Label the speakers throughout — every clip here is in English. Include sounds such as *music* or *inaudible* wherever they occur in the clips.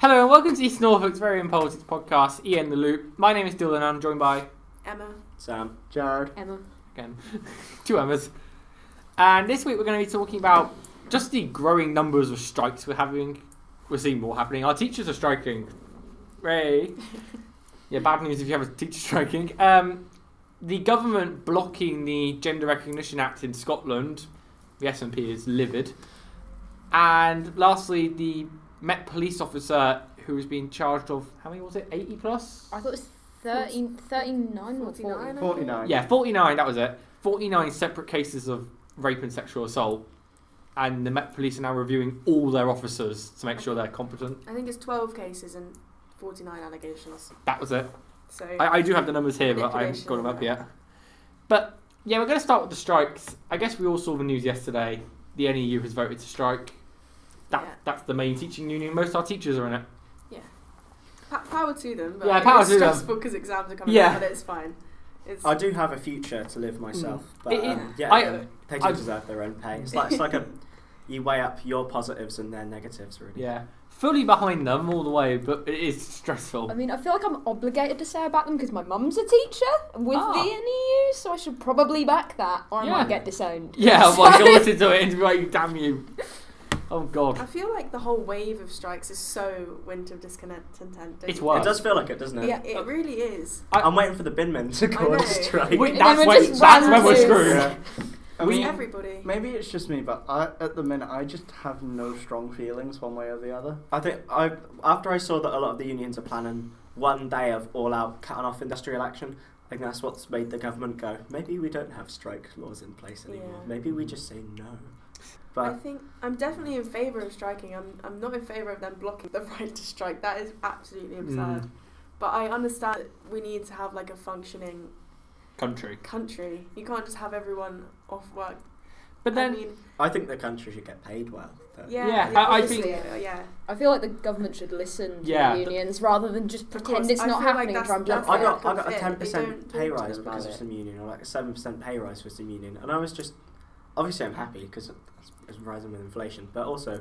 Speaker 1: Hello and welcome to East Norfolk's very impulsive podcast, Ian the Loop. My name is Dylan and I'm joined by,
Speaker 2: Emma.
Speaker 3: Sam.
Speaker 4: Jared.
Speaker 2: Emma.
Speaker 1: again, *laughs* two Emmas. And this week we're going to be talking about just the growing numbers of strikes we're having. We're seeing more happening. Our teachers are striking. Ray. yeah, bad news if you have a teacher striking. Um, the government blocking the Gender Recognition Act in Scotland. The SNP is livid. And lastly, the Met police officer who has been charged of, how many was it? 80 plus?
Speaker 5: I thought it was 13, 39 or 40.
Speaker 2: 49.
Speaker 4: 49.
Speaker 1: Yeah, 49, that was it. 49 separate cases of rape and sexual assault. And the Met Police are now reviewing all their officers to make sure they're competent.
Speaker 2: I think it's 12 cases and 49 allegations.
Speaker 1: That was it.
Speaker 2: So
Speaker 1: I, I do have the numbers here, but I haven't got them up yet. But yeah, we're going to start with the strikes. I guess we all saw the news yesterday. The NEU has voted to strike. That,
Speaker 2: Yeah.
Speaker 1: That's the main teaching union. Most of our teachers are in it.
Speaker 2: pa- power to them. But
Speaker 1: Yeah,
Speaker 2: like,
Speaker 1: power
Speaker 2: it's
Speaker 1: to them.
Speaker 2: stressful because exams are coming
Speaker 1: Yeah.
Speaker 2: up, but it's fine. It's,
Speaker 3: I do have a future to live myself, but
Speaker 1: It- it-
Speaker 3: um, yeah,
Speaker 1: I-
Speaker 3: um, they do
Speaker 1: I-
Speaker 3: deserve their own pay. It's like it's like a you weigh up your positives and their negatives, really.
Speaker 1: Yeah. Fully behind them all the way, but it is stressful.
Speaker 5: *laughs* I mean, I feel like I'm obligated to say about them because my mum's a teacher with
Speaker 1: Ah.
Speaker 5: the E NEU, so I should probably back that or I
Speaker 1: Yeah.
Speaker 5: might get disowned.
Speaker 1: Yeah, well, I
Speaker 5: So-
Speaker 1: listen to it and be like, damn you. Oh,
Speaker 2: I
Speaker 1: God.
Speaker 2: feel like the whole wave of strikes is so winter of discontent. don't
Speaker 1: It's
Speaker 2: you?
Speaker 1: worse.
Speaker 3: It does feel like it, doesn't it?
Speaker 2: Yeah, it really is.
Speaker 3: I'm waiting for the bin men to
Speaker 2: I
Speaker 3: go
Speaker 2: know.
Speaker 3: on strike.
Speaker 1: Wait,
Speaker 5: They
Speaker 1: that's
Speaker 5: were
Speaker 1: when,
Speaker 5: just
Speaker 1: that's when we're
Speaker 5: wannabes.
Speaker 1: screwed.
Speaker 3: Yeah.
Speaker 4: I
Speaker 1: We-
Speaker 2: It's
Speaker 4: mean,
Speaker 2: everybody.
Speaker 4: maybe it's just me, but I, at the minute, I just have no strong feelings one way or the other.
Speaker 3: I think I after I saw that a lot of the unions are planning one day of all out cutting off industrial action. I think that's what's made the government go. Maybe we don't have strike laws in place anymore.
Speaker 2: Yeah.
Speaker 3: Maybe we just say no.
Speaker 2: I
Speaker 3: But
Speaker 2: think I'm definitely in favour of striking. I'm, I'm not in favour of them blocking the *laughs* right to strike. That is absolutely absurd.
Speaker 1: Mm.
Speaker 2: But I understand that we need to have like a functioning
Speaker 1: Country.
Speaker 2: country. You can't just have everyone off work.
Speaker 1: But
Speaker 2: I
Speaker 1: then,
Speaker 2: mean,
Speaker 3: I think the country should get paid well. but-
Speaker 2: yeah,
Speaker 1: Yeah, I- I
Speaker 2: obviously,
Speaker 5: think-
Speaker 2: uh, yeah.
Speaker 5: I feel like the government should listen to
Speaker 1: Yeah,
Speaker 5: the
Speaker 1: the-
Speaker 5: unions rather than just pretend
Speaker 2: course,
Speaker 5: it's
Speaker 2: I feel
Speaker 5: not
Speaker 2: like
Speaker 5: happening. and
Speaker 2: that's-
Speaker 5: try and
Speaker 2: that's
Speaker 5: bluff
Speaker 3: I
Speaker 5: it.
Speaker 2: where
Speaker 3: got, I got a
Speaker 2: They
Speaker 3: ten
Speaker 2: don't
Speaker 3: percent
Speaker 2: talk to
Speaker 3: pay
Speaker 2: them
Speaker 3: rise because
Speaker 5: about
Speaker 3: of
Speaker 5: it.
Speaker 3: some union, or like a seven percent pay rise for some union, and I was just obviously I'm happy because it's, it's rising with inflation, but also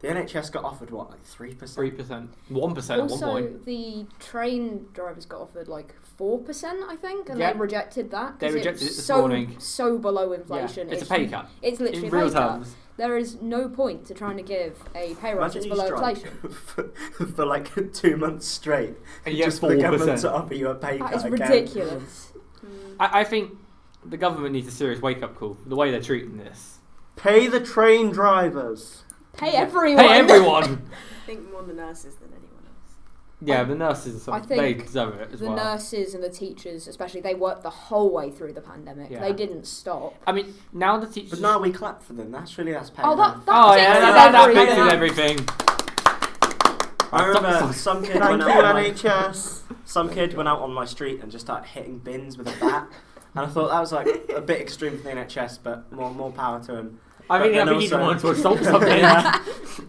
Speaker 3: the NHS got offered what like three percent.
Speaker 1: 3%, 1% at one
Speaker 5: Also,
Speaker 1: point.
Speaker 5: the train drivers got offered like 4%, I think, and
Speaker 1: Yeah.
Speaker 5: they rejected that. 'cause
Speaker 1: They rejected
Speaker 5: it's
Speaker 1: it this
Speaker 5: so,
Speaker 1: morning.
Speaker 5: so below
Speaker 1: Yeah.
Speaker 5: inflation.
Speaker 1: It's a pay cut.
Speaker 5: It's literally
Speaker 1: In
Speaker 5: a
Speaker 1: real
Speaker 5: pay cut.
Speaker 1: terms.
Speaker 5: There is no point to trying to give a pay
Speaker 3: Imagine
Speaker 5: rise that's
Speaker 3: you
Speaker 5: below inflation.
Speaker 3: strike for, *laughs* for like *laughs* two months straight,
Speaker 1: And you get
Speaker 3: just for the government
Speaker 1: 4%.
Speaker 3: to offer you a pay
Speaker 5: That
Speaker 3: cut
Speaker 5: is
Speaker 3: again.
Speaker 5: ridiculous.
Speaker 2: Mm.
Speaker 1: I, I think the government needs a serious wake up call for the way they're treating this.
Speaker 4: Pay the train drivers.
Speaker 5: Pay
Speaker 1: Yeah.
Speaker 5: everyone.
Speaker 1: Hey,
Speaker 5: *laughs*
Speaker 1: everyone!
Speaker 2: I think more the nurses than anyone else.
Speaker 1: yeah,
Speaker 5: I-
Speaker 1: the nurses,
Speaker 5: I
Speaker 1: are they
Speaker 5: think
Speaker 1: deserve it as
Speaker 5: the
Speaker 1: well.
Speaker 5: nurses and the teachers, especially, they worked the whole way through the pandemic.
Speaker 1: Yeah.
Speaker 5: They didn't stop.
Speaker 1: I mean, now the teachers.
Speaker 3: But now we clap for them. That's really that's pay.
Speaker 5: Oh,
Speaker 3: rise.
Speaker 5: that, that
Speaker 1: oh,
Speaker 5: fixes
Speaker 1: yeah,
Speaker 3: fixes
Speaker 1: that, that, that
Speaker 5: everything.
Speaker 1: fixes everything.
Speaker 3: I remember
Speaker 1: Sorry.
Speaker 3: some kid
Speaker 4: Thank
Speaker 3: went
Speaker 4: you,
Speaker 3: out on my,
Speaker 4: NHS.
Speaker 3: some kid went out on my street and just started hitting bins with a bat, and I thought that was like a bit extreme for the NHS, but more more power to him.
Speaker 1: I mean,
Speaker 3: But
Speaker 1: I
Speaker 3: then
Speaker 1: think he's the
Speaker 3: also-
Speaker 1: one
Speaker 3: *laughs*
Speaker 1: to assault something. *laughs*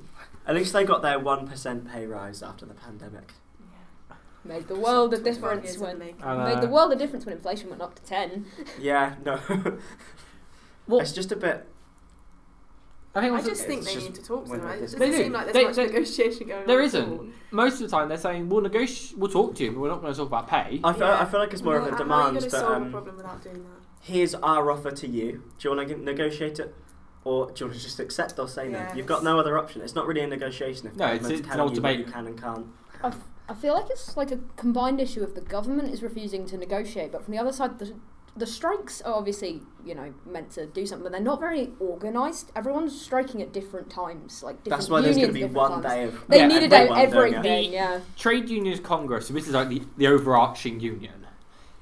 Speaker 3: Yeah. At least they got their one percent pay rise after the pandemic.
Speaker 5: Made the world a
Speaker 2: Twenty five
Speaker 5: difference
Speaker 2: years in the
Speaker 5: when
Speaker 2: making.
Speaker 1: I
Speaker 3: uh,
Speaker 5: made the
Speaker 1: know.
Speaker 5: world a difference when inflation went up to ten.
Speaker 3: Yeah, no,
Speaker 1: Well,
Speaker 3: it's just a bit.
Speaker 1: I think
Speaker 2: I
Speaker 1: also,
Speaker 2: just think
Speaker 3: It's
Speaker 2: they
Speaker 3: just
Speaker 2: need to talk to
Speaker 3: when
Speaker 2: them.
Speaker 3: they
Speaker 2: It doesn't
Speaker 1: They do.
Speaker 2: seem like there's
Speaker 1: They-
Speaker 2: much
Speaker 1: they-
Speaker 2: negotiation going
Speaker 1: there
Speaker 2: on. at
Speaker 1: isn't.
Speaker 2: all.
Speaker 1: most of the time they're saying we'll negotiate, we'll talk to you, but we're not going to talk about pay.
Speaker 3: I feel, I
Speaker 2: Yeah.
Speaker 3: feel like it's more
Speaker 2: How-
Speaker 3: of
Speaker 2: How
Speaker 3: a
Speaker 2: are you
Speaker 3: demand
Speaker 2: going to
Speaker 3: that
Speaker 2: solve a
Speaker 3: um,
Speaker 2: problem without doing that?
Speaker 3: here's our offer to you. Do you want to negotiate it, or do you want to just accept or say
Speaker 2: Yeah,
Speaker 3: no? You've got
Speaker 2: it's-
Speaker 3: no other option. It's not really a negotiation if
Speaker 1: No, it's-
Speaker 3: government's
Speaker 1: it's an
Speaker 3: telling you what you
Speaker 1: ultimatum.
Speaker 3: can and can't.
Speaker 5: Oh, I feel like it's like a combined issue of the government is refusing to negotiate, but from the other side, the the strikes are obviously you know meant to do something, but they're not very organised. Everyone's striking at different times, like different
Speaker 3: That's why there's
Speaker 5: unions.
Speaker 3: going to be
Speaker 5: different
Speaker 3: one
Speaker 5: times.
Speaker 3: day of.
Speaker 5: They
Speaker 1: Yeah,
Speaker 5: need a day of
Speaker 3: everyone doing it.
Speaker 5: everything. Yeah.
Speaker 1: Trade Unions Congress, so this is like the, the overarching union,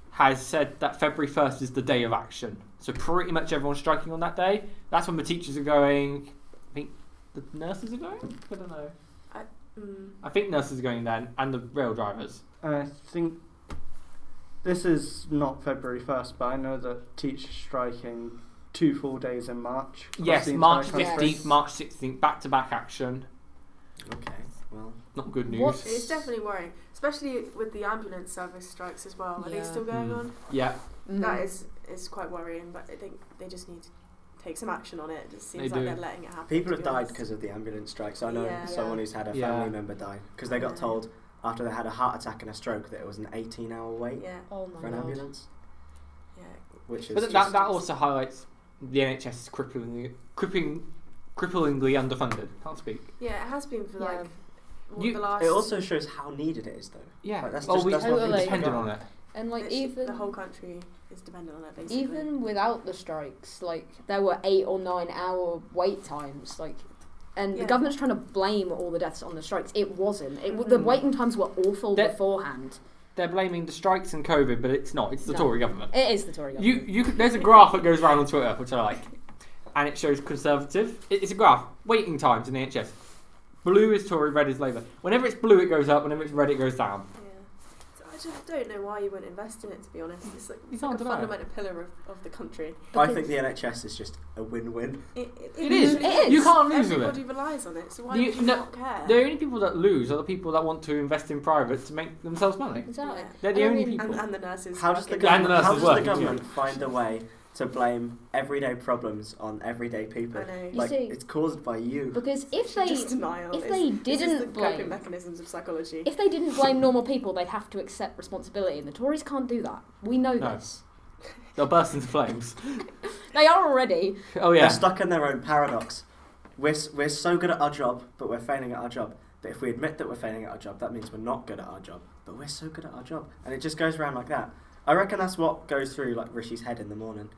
Speaker 1: has said that February 1st is the day of action. So pretty much everyone's striking on that day. That's when the teachers are going. I think the nurses are going? I don't know.
Speaker 2: Mm.
Speaker 1: I think nurses are going then, and the rail drivers.
Speaker 4: I think this is not February 1st, but I know that teachers striking two full days in March. across
Speaker 1: Yes,
Speaker 4: the entire
Speaker 1: March
Speaker 4: country.
Speaker 1: 15th, March 16th, back to back action.
Speaker 3: Okay, well,
Speaker 1: Not good news.
Speaker 5: What
Speaker 2: It's definitely worrying, especially with the ambulance service strikes as well. Are they
Speaker 5: Yeah.
Speaker 2: still going
Speaker 1: Mm.
Speaker 2: on?
Speaker 1: Yeah.
Speaker 5: Mm.
Speaker 2: That is is quite worrying. But I think they just need to take some action on it. It just
Speaker 1: They
Speaker 2: seems like
Speaker 1: do.
Speaker 2: they're letting it happen.
Speaker 3: People
Speaker 2: to
Speaker 3: have
Speaker 2: be
Speaker 3: died
Speaker 2: honest.
Speaker 3: because of the ambulance strikes. I know
Speaker 2: Yeah.
Speaker 3: someone
Speaker 2: Yeah.
Speaker 3: who's had a
Speaker 1: Yeah.
Speaker 3: family member die because they got
Speaker 2: Yeah.
Speaker 3: told after they had a heart attack and a stroke that it was an 18 hour wait
Speaker 2: Yeah,
Speaker 5: Oh my
Speaker 3: for an
Speaker 5: god.
Speaker 3: ambulance,
Speaker 2: yeah.
Speaker 3: which is
Speaker 1: But that,
Speaker 3: just-
Speaker 1: that also highlights the NHS is crippling, crippling, cripplingly underfunded. Can't speak.
Speaker 2: Yeah, it has been for
Speaker 5: Yeah.
Speaker 2: like what,
Speaker 1: You-
Speaker 2: the last.
Speaker 3: it also shows how needed it is, though.
Speaker 1: Yeah.
Speaker 3: Like, that's
Speaker 1: well,
Speaker 3: just-
Speaker 1: we
Speaker 3: that's
Speaker 5: one thing to
Speaker 1: depended
Speaker 3: forget.
Speaker 1: on it.
Speaker 5: And like
Speaker 2: it's-
Speaker 5: even
Speaker 2: the whole country is dependent on it basically.
Speaker 5: even without the strikes, like there were eight or nine hour wait times, like. And
Speaker 2: Yeah.
Speaker 5: the government's trying to blame all the deaths on the strikes. It wasn't. It, w The
Speaker 2: Mm-hmm.
Speaker 1: Mhm.
Speaker 5: waiting times were awful
Speaker 1: That-
Speaker 5: beforehand.
Speaker 1: They're blaming the strikes and COVID, but it's not. It's the
Speaker 5: No.
Speaker 1: Tory government.
Speaker 5: It is the Tory government.
Speaker 1: You, you, could- there's a graph that goes around on Twitter, which I like, and it shows Conservative. it- It's a graph. Waiting times in the NHS. Blue is Tory, red is Labour. Whenever it's blue, it goes up. Whenever it's red, it goes down.
Speaker 2: Yeah. So I just don't know why you wouldn't invest in it. To be honest, it's like,
Speaker 1: It's
Speaker 2: it's like
Speaker 1: hard
Speaker 2: a
Speaker 1: to know.
Speaker 2: fundamental pillar of, of the country.
Speaker 3: I think the NHS is just a win-win.
Speaker 2: It,
Speaker 1: It is.
Speaker 5: It is.
Speaker 1: You can't lose with
Speaker 2: Everybody
Speaker 1: it.
Speaker 2: relies on it, so why
Speaker 1: You-
Speaker 2: would you
Speaker 1: no,
Speaker 2: not care?
Speaker 1: The only people that lose are the people that want to invest in private to make themselves money.
Speaker 5: Exactly.
Speaker 2: Yeah.
Speaker 1: They're the
Speaker 5: And I
Speaker 1: only
Speaker 5: mean-
Speaker 1: people.
Speaker 2: and, and the nurses.
Speaker 3: How does the
Speaker 2: working.
Speaker 1: And
Speaker 3: government,
Speaker 1: nurses
Speaker 3: how does
Speaker 1: work,
Speaker 3: the
Speaker 1: yeah.
Speaker 3: government find a way to blame everyday problems on everyday people?
Speaker 2: I know.
Speaker 5: You
Speaker 3: Like
Speaker 5: see-
Speaker 3: it's caused by you.
Speaker 5: Because if they
Speaker 2: just denial.
Speaker 5: if
Speaker 2: It's-
Speaker 5: they
Speaker 2: this is the
Speaker 5: didn't
Speaker 2: coping
Speaker 5: blame
Speaker 2: mechanisms of psychology.
Speaker 5: if they didn't blame normal people, they'd have to accept responsibility, and the Tories can't do that. We know
Speaker 1: No.
Speaker 5: this.
Speaker 1: They'll burst into flames.
Speaker 5: They are already.
Speaker 1: Oh
Speaker 3: They're
Speaker 1: yeah.
Speaker 3: stuck in their own paradox. We're s- we're so good at our job, but we're failing at our job. But if we admit that we're failing at our job, that means we're not good at our job. But we're so good at our job, and it just goes around like that. I reckon that's what goes through like Rishi's head in the morning.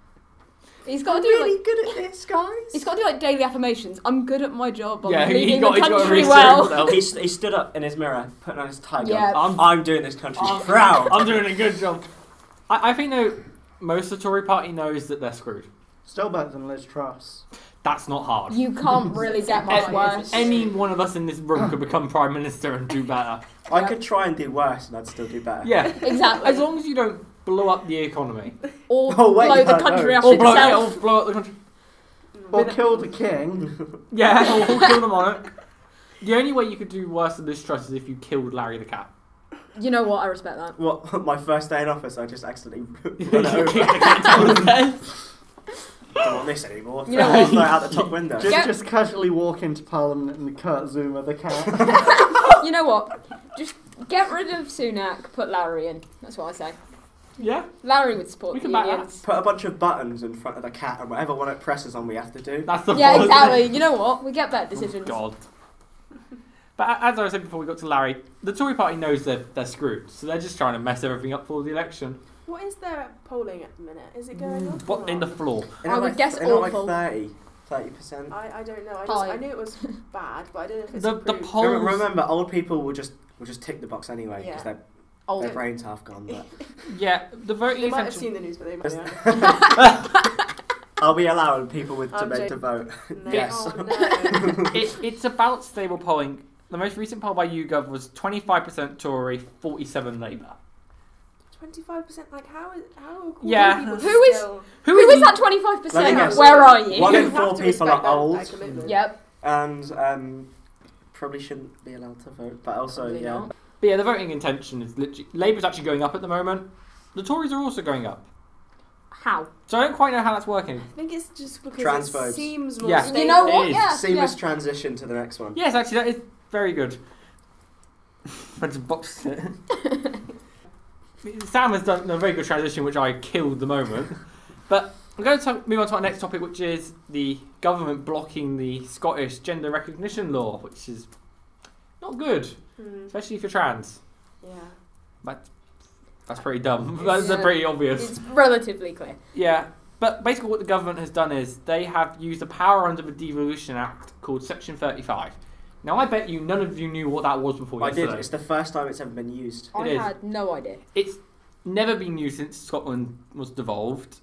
Speaker 5: He's got to
Speaker 3: I'm
Speaker 5: do
Speaker 3: really
Speaker 5: like.
Speaker 3: good at this, guys.
Speaker 5: He's got to do like daily affirmations. I'm good at my job. I'm
Speaker 1: Yeah, he- he
Speaker 5: leading
Speaker 1: got-
Speaker 5: the
Speaker 1: he's got to
Speaker 5: country
Speaker 1: reassure
Speaker 5: well.
Speaker 1: himself.
Speaker 3: he, s- he stood up in his mirror, putting on his tie.
Speaker 5: Yeah.
Speaker 3: I'm, I'm doing this country
Speaker 1: I'm-
Speaker 3: proud.
Speaker 1: I'm doing a good job. I, I think though most of the Tory party knows that they're screwed.
Speaker 4: Still better than Liz Truss.
Speaker 1: That's not hard.
Speaker 5: You can't really get much
Speaker 1: A-
Speaker 5: worse.
Speaker 1: Any one of us in this room could become prime minister and do better.
Speaker 3: I
Speaker 5: Yeah.
Speaker 3: could try and do worse, and I'd still do better.
Speaker 1: Yeah,
Speaker 5: Exactly.
Speaker 1: as long as you don't blow up the economy
Speaker 5: Or
Speaker 3: Oh, wait,
Speaker 5: blow
Speaker 3: no,
Speaker 5: the country
Speaker 4: no.
Speaker 5: up
Speaker 1: or blow, yeah,
Speaker 5: itself.
Speaker 1: or blow up the country.
Speaker 4: Or
Speaker 2: Mm. But-
Speaker 4: kill the king.
Speaker 1: Yeah, or kill them on it. The only way you could do worse than this trust is if you killed Larry the
Speaker 3: *laughs*
Speaker 1: cat.
Speaker 5: You know what? I respect
Speaker 3: *laughs*
Speaker 5: that.
Speaker 3: What? *laughs* My first day in office, I just
Speaker 5: *laughs*
Speaker 3: accidentally *laughs*
Speaker 1: Kick
Speaker 3: run over.
Speaker 1: the cat down the stairs.
Speaker 3: Don't want this anymore.
Speaker 5: You know
Speaker 3: *laughs* Throw it
Speaker 1: what?
Speaker 3: out the top window.
Speaker 4: Just,
Speaker 5: Yeah.
Speaker 4: just casually walk into Parliament and Kurt Zuma the cat.
Speaker 5: *laughs* You know what? Just get rid of Sunak. Put Lowry in. That's what I say.
Speaker 1: Yeah,
Speaker 5: Lowry would support
Speaker 1: We
Speaker 5: the
Speaker 1: can back that.
Speaker 5: unions.
Speaker 3: Put a bunch of buttons in front of the cat, and whatever one it presses on, we have to do.
Speaker 1: that's the
Speaker 5: Yeah,
Speaker 1: problem.
Speaker 5: exactly. You know what? We get better
Speaker 1: Oh, *laughs*
Speaker 5: decisions.
Speaker 1: God. But a- as I said before, we got to Larry. The Tory party knows they're, they're screwed, so they're just trying to mess everything up for the election.
Speaker 2: What is their polling at the minute? Is it going up?
Speaker 1: What
Speaker 2: or
Speaker 1: in the
Speaker 2: not?
Speaker 1: floor?
Speaker 3: Isn't
Speaker 5: I
Speaker 3: it
Speaker 5: would
Speaker 3: like,
Speaker 5: guess
Speaker 3: isn't it like
Speaker 5: awful. Uh,
Speaker 3: 30 percent.
Speaker 2: I, I don't know. I, just,
Speaker 5: Five.
Speaker 2: I knew it was bad, but I don't know if it's
Speaker 1: The- the
Speaker 2: improved.
Speaker 1: poll- Polls.
Speaker 3: Remember, old people will just will just tick the box anyway because
Speaker 2: Yeah.
Speaker 3: their
Speaker 5: Old.
Speaker 3: their brain's half gone.
Speaker 5: *laughs*
Speaker 3: But
Speaker 1: Yeah, the voting
Speaker 2: They might have
Speaker 1: intention-
Speaker 2: seen the news, but they might not.
Speaker 3: *laughs* are we allowing people with
Speaker 2: I'm
Speaker 3: dementia to
Speaker 2: joking.
Speaker 3: vote?
Speaker 2: No.
Speaker 3: Yes.
Speaker 5: *laughs*
Speaker 2: Oh, no.
Speaker 1: it, it's about stable polling. The most recent poll by YouGov was 25% Tory, 47 Labour.
Speaker 2: Twenty-five percent. Like how is how are
Speaker 1: Yeah.
Speaker 2: people
Speaker 5: Who is-
Speaker 2: still-
Speaker 5: Who is that twenty five
Speaker 3: Let me
Speaker 5: percent?
Speaker 3: guess.
Speaker 5: Where are you?
Speaker 3: One
Speaker 2: You
Speaker 3: in
Speaker 2: have
Speaker 3: four
Speaker 2: to
Speaker 3: people are
Speaker 2: respect that-
Speaker 3: old.
Speaker 2: that commitment.
Speaker 5: Yep.
Speaker 3: And um, probably shouldn't be allowed to vote, but also
Speaker 5: Probably
Speaker 3: yeah.
Speaker 5: not.
Speaker 1: But yeah, the voting intention is literally. Labour's actually going up at the moment. The Tories are also going up.
Speaker 5: How?
Speaker 1: So I don't quite know how that's working.
Speaker 2: I think it's just because
Speaker 3: Transphobes.
Speaker 2: it seems more
Speaker 1: Yeah.
Speaker 2: stable.
Speaker 5: You know
Speaker 1: It
Speaker 5: what?
Speaker 1: is.
Speaker 5: Yeah.
Speaker 3: Seamless
Speaker 5: yeah.
Speaker 3: transition to the next one.
Speaker 1: Yes, actually, that is very good. *laughs* I just boxed it. *laughs* Sam has done a very good transition, which I killed the moment. But I'm going to t- move on to our next topic, which is the government blocking the Scottish gender recognition law, which is not good,
Speaker 2: Hmm,
Speaker 1: especially if you're trans.
Speaker 2: yeah.
Speaker 1: But that's pretty dumb. *laughs* That's uh,
Speaker 5: Yeah.
Speaker 1: pretty obvious.
Speaker 5: It's relatively clear.
Speaker 1: Yeah. But basically, what the government has done is they have used the power under the Devolution Act called Section 35. Now, I bet you none of you knew what that was before
Speaker 3: I did.
Speaker 1: yesterday.
Speaker 3: It's the first time it's ever been used.
Speaker 5: I
Speaker 1: is.
Speaker 5: had no idea.
Speaker 1: It's never been used since Scotland was devolved.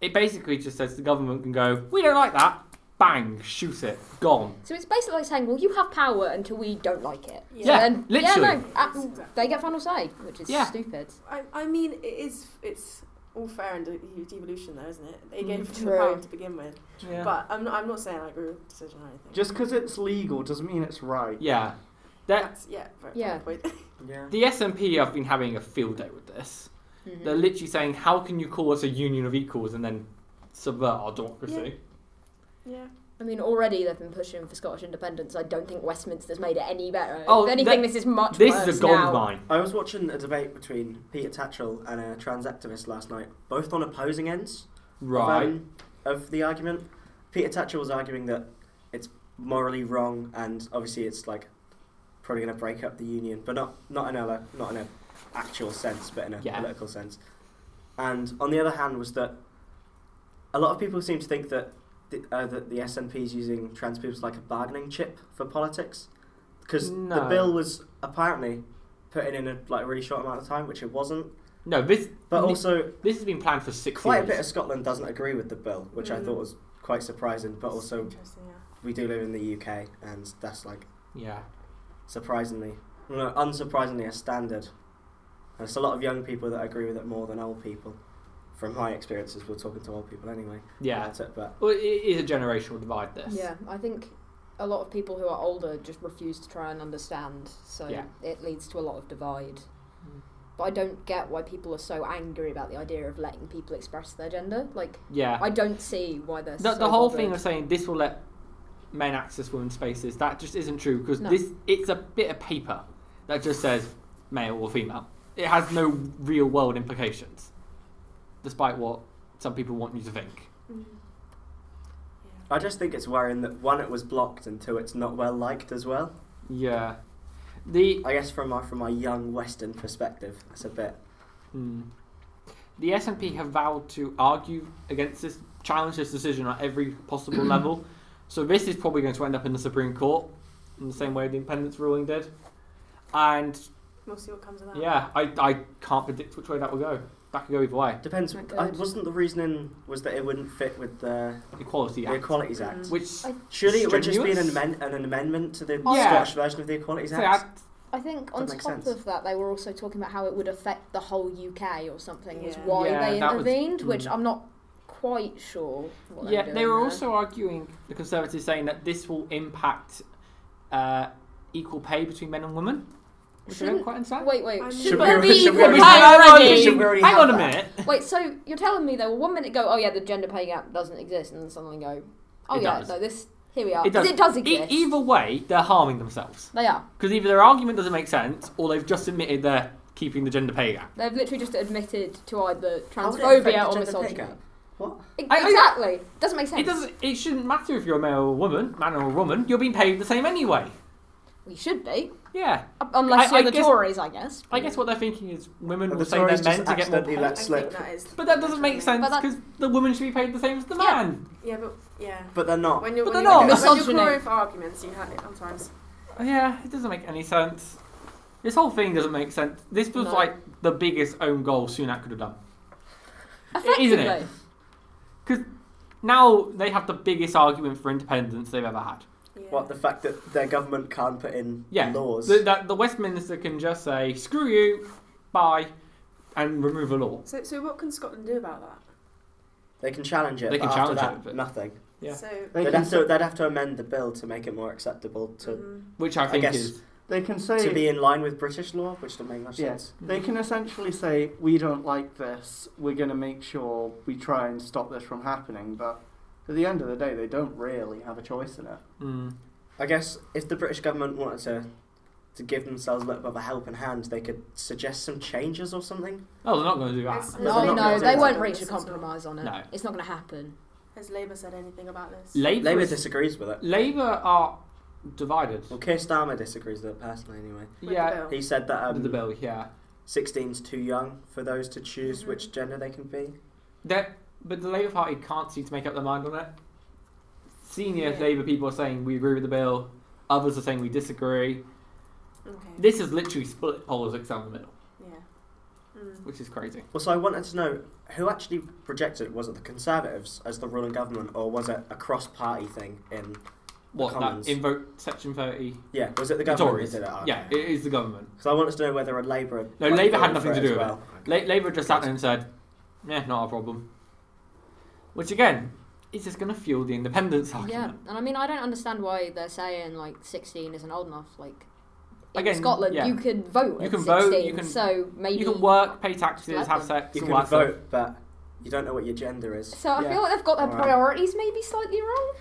Speaker 1: It basically just says the government can go, we don't like that, bang, shoot it, gone.
Speaker 5: So it's basically like saying, well, you have power until we don't like it. So
Speaker 1: Yeah,
Speaker 5: then, Yeah,
Speaker 1: literally.
Speaker 5: no, uh, they get final say, which is
Speaker 1: Yeah.
Speaker 5: stupid.
Speaker 2: I, I mean, it is. It's all fair and de- devolution, though, isn't it? They
Speaker 1: Mm,
Speaker 2: gave them the
Speaker 5: true.
Speaker 2: power to begin with.
Speaker 1: Yeah.
Speaker 2: But I'm not. I'm not saying I agree with the decision or anything.
Speaker 4: Just because it's legal doesn't mean it's right.
Speaker 1: yeah. That,
Speaker 2: that's yeah. Very
Speaker 5: Yeah.
Speaker 2: yeah. Point. *laughs*
Speaker 3: Yeah.
Speaker 1: the SNP have been having a field day with this.
Speaker 5: Mhm.
Speaker 1: They're literally saying, how can you call us a union of equals and then subvert our democracy?
Speaker 2: Yeah.
Speaker 5: I mean, already they've been pushing for Scottish independence. I don't think Westminster's made it any better.
Speaker 1: Oh,
Speaker 5: if anything,
Speaker 1: that-
Speaker 5: this is much
Speaker 1: This
Speaker 5: worse
Speaker 1: is a gold
Speaker 5: now.
Speaker 1: mine.
Speaker 3: I was watching a debate between Peter Tatchell and a trans activist last night, both on opposing ends of,
Speaker 1: Right.
Speaker 3: um, of the argument. Peter Tatchell was arguing that it's morally wrong, and obviously it's like probably going to break up the union, but not not in a not in a actual sense, but in a
Speaker 1: Yeah.
Speaker 3: political sense. And on the other hand, was that a lot of people seem to think that the, uh, that the SNP is using trans people as like a bargaining chip for politics, because the
Speaker 1: No.
Speaker 3: bill was apparently put in in a like really short amount of time, which it wasn't.
Speaker 1: no, this
Speaker 3: But
Speaker 1: thi-
Speaker 3: also,
Speaker 1: this has been planned for six
Speaker 3: quite a
Speaker 1: years.
Speaker 3: bit of Scotland doesn't agree with the bill, which I
Speaker 2: Mm.
Speaker 3: thought was quite surprising. But
Speaker 2: It's
Speaker 3: also,
Speaker 2: Interesting, yeah.
Speaker 3: we do live in the UK, and that's like
Speaker 1: yeah.
Speaker 3: surprisingly, no, unsurprisingly, a standard. And it's a lot of young people that agree with it more than old people. From my experiences, we're talking to old people anyway.
Speaker 1: Yeah.
Speaker 3: That's it, but
Speaker 1: Well, it is a generational divide. This.
Speaker 5: Yeah, I think a lot of people who are older just refuse to try and understand, so
Speaker 1: Yeah.
Speaker 5: it leads to a lot of divide.
Speaker 1: Mm.
Speaker 5: But I don't get why people are so angry about the idea of letting people express their gender. Like,
Speaker 1: Yeah.
Speaker 5: I don't see why they're
Speaker 1: the,
Speaker 5: so
Speaker 1: the whole
Speaker 5: bothered.
Speaker 1: thing of saying this will let men access women's spaces that just isn't true because
Speaker 5: No.
Speaker 1: this it's a bit of paper that just says male or female it has no real world implications despite what some people want you to think
Speaker 2: Mm.
Speaker 3: I just think it's worrying that one, it was blocked, and two, it's not well liked as well.
Speaker 1: yeah the
Speaker 3: I guess from my from my young Western perspective, that's a bit.
Speaker 1: mm, the SNP have vowed to argue against this challenge this decision on every possible level so this is probably going to end up in the Supreme Court in the same way the independence ruling did and
Speaker 2: We'll see what comes of that. Hmm.
Speaker 1: Yeah, I, I can't predict which way that will go. That could go either way.
Speaker 3: Depends.
Speaker 5: Not
Speaker 3: I,
Speaker 5: good.
Speaker 3: wasn't the reasoning was that it wouldn't fit with the,
Speaker 1: Equality
Speaker 3: the
Speaker 1: Act.
Speaker 3: Equalities Act?
Speaker 2: Mm.
Speaker 1: Which,
Speaker 5: I-
Speaker 3: Surely it would just be an,
Speaker 1: Strenuous? Oh,
Speaker 3: amend- an amendment to the
Speaker 1: Yeah.
Speaker 3: Scottish version of the Equalities
Speaker 1: so
Speaker 3: Act.
Speaker 1: that-
Speaker 5: I think on
Speaker 3: That makes
Speaker 5: top
Speaker 3: sense.
Speaker 5: of that, they were also talking about how it would affect the whole UK or something. Was
Speaker 2: Yeah.
Speaker 5: why
Speaker 1: Yeah,
Speaker 5: they
Speaker 1: that was-
Speaker 5: intervened, which
Speaker 1: mm.
Speaker 5: I'm not quite sure. What
Speaker 1: yeah, they
Speaker 5: were
Speaker 1: were
Speaker 5: doing there.
Speaker 1: also arguing, the Conservatives saying that this will impact uh, equal pay between men and women. Which I don't
Speaker 5: Shouldn't-
Speaker 1: quite understand.
Speaker 5: Wait, wait.
Speaker 2: I mean-
Speaker 5: Should
Speaker 2: Should
Speaker 5: there
Speaker 3: we-
Speaker 5: be
Speaker 3: should we
Speaker 5: equal
Speaker 3: already-
Speaker 5: pay
Speaker 1: hang on,
Speaker 5: already?
Speaker 3: should we already
Speaker 1: hang on
Speaker 3: have
Speaker 1: a
Speaker 3: that?
Speaker 1: minute.
Speaker 5: Wait, so you're telling me they were one minute go, oh yeah, the gender pay gap doesn't exist, and then suddenly go, oh
Speaker 1: It
Speaker 5: yeah,
Speaker 1: does.
Speaker 5: no, this here we are.
Speaker 1: It
Speaker 5: 'Cause
Speaker 1: does.
Speaker 5: It does
Speaker 1: E-
Speaker 5: exist.
Speaker 1: either way, they're harming themselves.
Speaker 5: They are.
Speaker 1: Because either their argument doesn't make sense, or they've just admitted they're keeping the gender pay gap.
Speaker 5: They've literally just admitted to either
Speaker 3: How would it affect
Speaker 5: transphobia
Speaker 3: the
Speaker 5: or
Speaker 3: gender pay
Speaker 5: misogyny.
Speaker 3: gap? What?
Speaker 5: E-
Speaker 1: I- I-
Speaker 5: Exactly. Doesn't make sense.
Speaker 1: It doesn't. It shouldn't matter if you're a male or a woman, man or a woman. You're being paid the same anyway.
Speaker 5: We should be,
Speaker 1: Yeah.
Speaker 5: u- unless
Speaker 1: I- I
Speaker 5: you're the
Speaker 1: guess-
Speaker 5: Tories, I guess.
Speaker 1: I guess what they're thinking is women
Speaker 3: But
Speaker 1: will
Speaker 3: the
Speaker 1: say they're
Speaker 3: Tories
Speaker 1: men
Speaker 3: just
Speaker 1: to get more
Speaker 3: accidentally
Speaker 1: pay.
Speaker 3: let
Speaker 2: I
Speaker 3: slip.
Speaker 2: think that is.
Speaker 1: But that doesn't make sense
Speaker 5: But that-
Speaker 1: because the woman should be paid the same as the
Speaker 5: Yeah.
Speaker 1: man.
Speaker 2: Yeah, but yeah.
Speaker 3: But they're not.
Speaker 2: When you're,
Speaker 1: But
Speaker 2: when
Speaker 1: they're
Speaker 2: you're,
Speaker 5: not.
Speaker 2: when you're
Speaker 5: Misogyny.
Speaker 2: querying for arguments, you have it sometimes.
Speaker 1: Yeah. it doesn't make any sense. This whole thing doesn't make sense. This was
Speaker 5: No.
Speaker 1: like the biggest own goal Sunak could have done.
Speaker 5: Effectively.
Speaker 1: Isn't it? Now they have the biggest argument for independence they've ever had.
Speaker 2: Yeah.
Speaker 3: What the fact that their government can't put in
Speaker 1: Yeah.
Speaker 3: laws?
Speaker 1: The, that the Westminster can just say screw you, bye, and remove a law.
Speaker 2: So, so what can Scotland do about that?
Speaker 3: They can challenge it.
Speaker 1: They can
Speaker 3: but
Speaker 1: challenge
Speaker 3: after
Speaker 1: it,
Speaker 3: that,
Speaker 1: but-
Speaker 3: nothing.
Speaker 1: Yeah.
Speaker 2: So,
Speaker 3: They'd
Speaker 4: They can,
Speaker 3: have, to,
Speaker 4: say,
Speaker 3: they'd have to amend the bill to make it more acceptable to,
Speaker 2: mhm.
Speaker 1: Which I think
Speaker 3: guess-
Speaker 1: is
Speaker 4: they can say
Speaker 3: to be in line with British law, which doesn't make much
Speaker 4: Yeah.
Speaker 3: sense.
Speaker 4: They can essentially say, we don't like this, we're going to make sure we try and stop this from happening, but at the end of the day, they don't really have a choice in it.
Speaker 1: mm,
Speaker 3: I guess if the British government wanted to to give themselves a little bit of a helping hand, they could suggest some changes or something.
Speaker 1: oh they're not going to do that.
Speaker 2: It's-
Speaker 3: But they're
Speaker 5: No,
Speaker 3: not
Speaker 5: no,
Speaker 3: gonna
Speaker 5: they
Speaker 3: do
Speaker 5: won't
Speaker 2: that.
Speaker 5: reach a compromise on it.
Speaker 1: No.
Speaker 5: It's not going to happen.
Speaker 2: Has Labour said anything about this?
Speaker 1: Labour,
Speaker 3: Labour
Speaker 1: is-
Speaker 3: disagrees with it.
Speaker 1: Labour are divided.
Speaker 3: Well, Keir Starmer disagrees with it personally, anyway.
Speaker 2: With the
Speaker 1: yeah,
Speaker 2: bill?
Speaker 3: He said that
Speaker 1: the
Speaker 3: um,
Speaker 1: bill. Yeah.
Speaker 3: 16's too young for those to choose
Speaker 5: Mm-hmm.
Speaker 2: Mhm.
Speaker 3: which gender they can be.
Speaker 1: they but the Labour Party can't seem to make up their mind on it. Senior
Speaker 2: Yeah.
Speaker 1: Labour people are saying we agree with the bill. Others are saying we disagree.
Speaker 2: Okay.
Speaker 1: This is literally split politics down the middle,
Speaker 2: yeah. Mm.
Speaker 1: which is crazy.
Speaker 3: Well, so I wanted to know who actually rejected it. Was it the Conservatives as the ruling government, or was it a cross-party thing? In
Speaker 1: What that
Speaker 3: Commons.
Speaker 1: invoke Section Thirty?
Speaker 3: yeah, was it the
Speaker 1: The
Speaker 3: government
Speaker 1: Tories.
Speaker 3: that did it? Oh,
Speaker 1: Yeah,
Speaker 3: okay.
Speaker 1: it is the government.
Speaker 3: So I wanted to know whether a Labour.
Speaker 1: No,
Speaker 3: like,
Speaker 1: Labour had
Speaker 3: voted
Speaker 1: nothing
Speaker 3: for
Speaker 1: to do with
Speaker 3: as well.
Speaker 1: La- Labour just sat there and said, "Yeah, not our problem," which again is just going to fuel the independence
Speaker 5: Yeah,
Speaker 1: argument.
Speaker 5: and I mean, I don't understand why they're saying like 16 isn't old enough. Like in
Speaker 1: Again,
Speaker 5: Scotland,
Speaker 1: yeah.
Speaker 5: you can vote.
Speaker 1: You
Speaker 5: at
Speaker 1: can
Speaker 5: 16,
Speaker 1: vote, you can-
Speaker 5: so maybe
Speaker 1: You can work, pay
Speaker 5: let
Speaker 1: taxes, have
Speaker 5: them.
Speaker 1: sex,
Speaker 3: You
Speaker 1: all
Speaker 3: can
Speaker 1: that
Speaker 3: vote,
Speaker 1: stuff.
Speaker 3: but you don't know what your gender is.
Speaker 5: So I
Speaker 1: Yeah.
Speaker 5: feel like they've got their
Speaker 3: Alright.
Speaker 5: priorities maybe slightly wrong.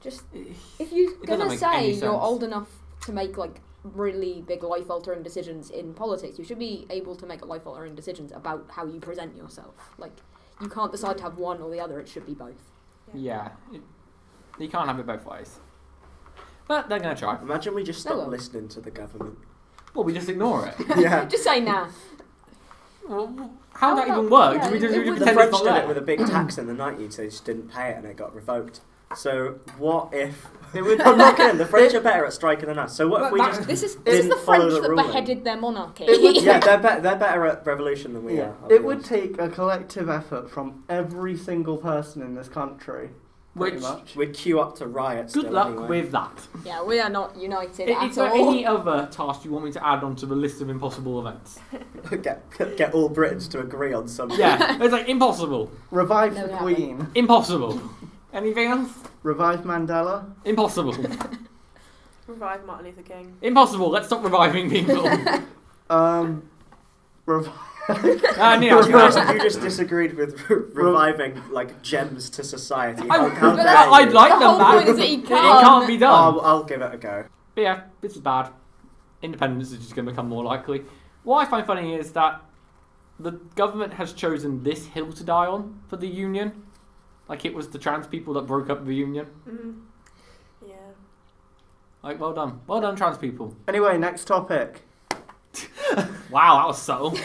Speaker 5: Just
Speaker 1: It
Speaker 5: if you're
Speaker 1: doesn't
Speaker 5: gonna
Speaker 1: make
Speaker 5: say
Speaker 1: any
Speaker 5: you're
Speaker 1: sense.
Speaker 5: old enough to make like really big life altering decisions in politics, you should be able to make life altering decisions about how you present yourself. Like you can't decide to have one or the other, it should be both.
Speaker 1: Yeah. It, you can't have it both ways. But they're going to try.
Speaker 3: Imagine we just
Speaker 5: They
Speaker 3: stop
Speaker 5: will.
Speaker 3: listening to the government.
Speaker 1: Well, we just ignore it.
Speaker 3: yeah.
Speaker 5: *laughs* Just say nah.
Speaker 1: Well, how would
Speaker 5: How
Speaker 1: that even
Speaker 5: about-
Speaker 1: work?
Speaker 5: yeah,
Speaker 1: we just,
Speaker 5: it
Speaker 1: we just
Speaker 5: would-
Speaker 3: The
Speaker 1: pretend it's
Speaker 3: French
Speaker 1: not
Speaker 3: did it
Speaker 1: there.
Speaker 3: with a big tax in the 90s, they just didn't pay it and it got revoked. So what if...
Speaker 4: They
Speaker 3: *laughs*
Speaker 4: would-
Speaker 3: I'm
Speaker 5: *laughs*
Speaker 3: not kidding, the French are better at striking than us. So what if
Speaker 4: But
Speaker 3: we
Speaker 4: that-
Speaker 3: just...
Speaker 5: This is
Speaker 3: Didn't
Speaker 5: this is the
Speaker 3: follow
Speaker 5: French
Speaker 3: the
Speaker 5: that
Speaker 3: ruling.
Speaker 5: beheaded their monarchy.
Speaker 4: It would-
Speaker 3: Yeah, they're, be- they're better at revolution than we
Speaker 4: Yeah.
Speaker 3: are. I'll
Speaker 4: It
Speaker 3: be
Speaker 4: would
Speaker 3: honest.
Speaker 4: take a collective effort from every single person in this country. Pretty
Speaker 1: Which,
Speaker 4: much.
Speaker 3: We'd queue up to riot
Speaker 1: good
Speaker 3: still
Speaker 1: luck
Speaker 3: anyway.
Speaker 1: with that.
Speaker 5: *laughs* yeah, we are not united
Speaker 1: I-
Speaker 5: at
Speaker 1: Is there
Speaker 5: *laughs* all.
Speaker 1: any other task you want me to add onto the list of impossible events?
Speaker 3: *laughs* get, get all Britons to agree on something. *laughs*
Speaker 1: Yeah, it's like impossible,
Speaker 4: Revive
Speaker 5: No,
Speaker 4: the
Speaker 5: we *laughs*
Speaker 4: Queen.
Speaker 1: impossible. Anything else?
Speaker 4: Revive Mandela.
Speaker 1: Impossible,
Speaker 2: Revive Martin Luther King.
Speaker 1: impossible. Let's stop reviving people.
Speaker 4: Um,
Speaker 1: *laughs*
Speaker 4: revive.
Speaker 1: Uh, Neil,
Speaker 3: You
Speaker 1: I,
Speaker 3: just, you just disagreed with *laughs* re- reviving like gems to society.
Speaker 1: I,
Speaker 3: How, how
Speaker 5: but
Speaker 3: dare
Speaker 5: that-
Speaker 1: I'd
Speaker 3: you.
Speaker 1: like
Speaker 5: the
Speaker 1: them
Speaker 5: whole
Speaker 1: back.
Speaker 5: point is that he
Speaker 1: but
Speaker 5: can't.
Speaker 1: It can't be done.
Speaker 3: I'll, I'll give it a go.
Speaker 1: But yeah, this is bad. Independence is just going to become more likely. What I find funny is that the government has chosen this hill to die on for the union. Like it was the trans people that broke up the union.
Speaker 2: Mm. Yeah.
Speaker 1: Like, well done. Well done, trans people.
Speaker 4: Anyway, next topic.
Speaker 1: Wow, that was subtle.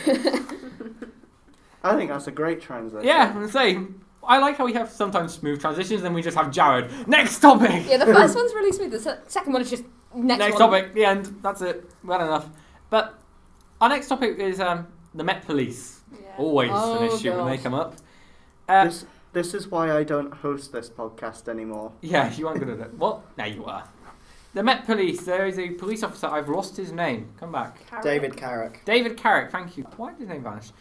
Speaker 4: I think that's a great transition.
Speaker 1: yeah, I'm saying. I like how we have sometimes smooth transitions, then we just have Jared. Next topic!
Speaker 5: *laughs* Yeah, the first one's really smooth. The se- second one is just next,
Speaker 1: next
Speaker 5: one.
Speaker 1: topic, the end. That's it. Well enough. But our next topic is um, the Met Police.
Speaker 2: Yeah.
Speaker 1: Always an
Speaker 5: Oh,
Speaker 1: issue when they
Speaker 5: God.
Speaker 1: come up. Uh,
Speaker 4: This this is why I don't host this podcast anymore.
Speaker 1: Yeah, you aren't good at it. What? No, you are. The Met Police. There is a police officer. I've lost his name. Come back.
Speaker 2: Carrot.
Speaker 3: David Carrick.
Speaker 1: David Carrick. Thank you. Why did his name vanish?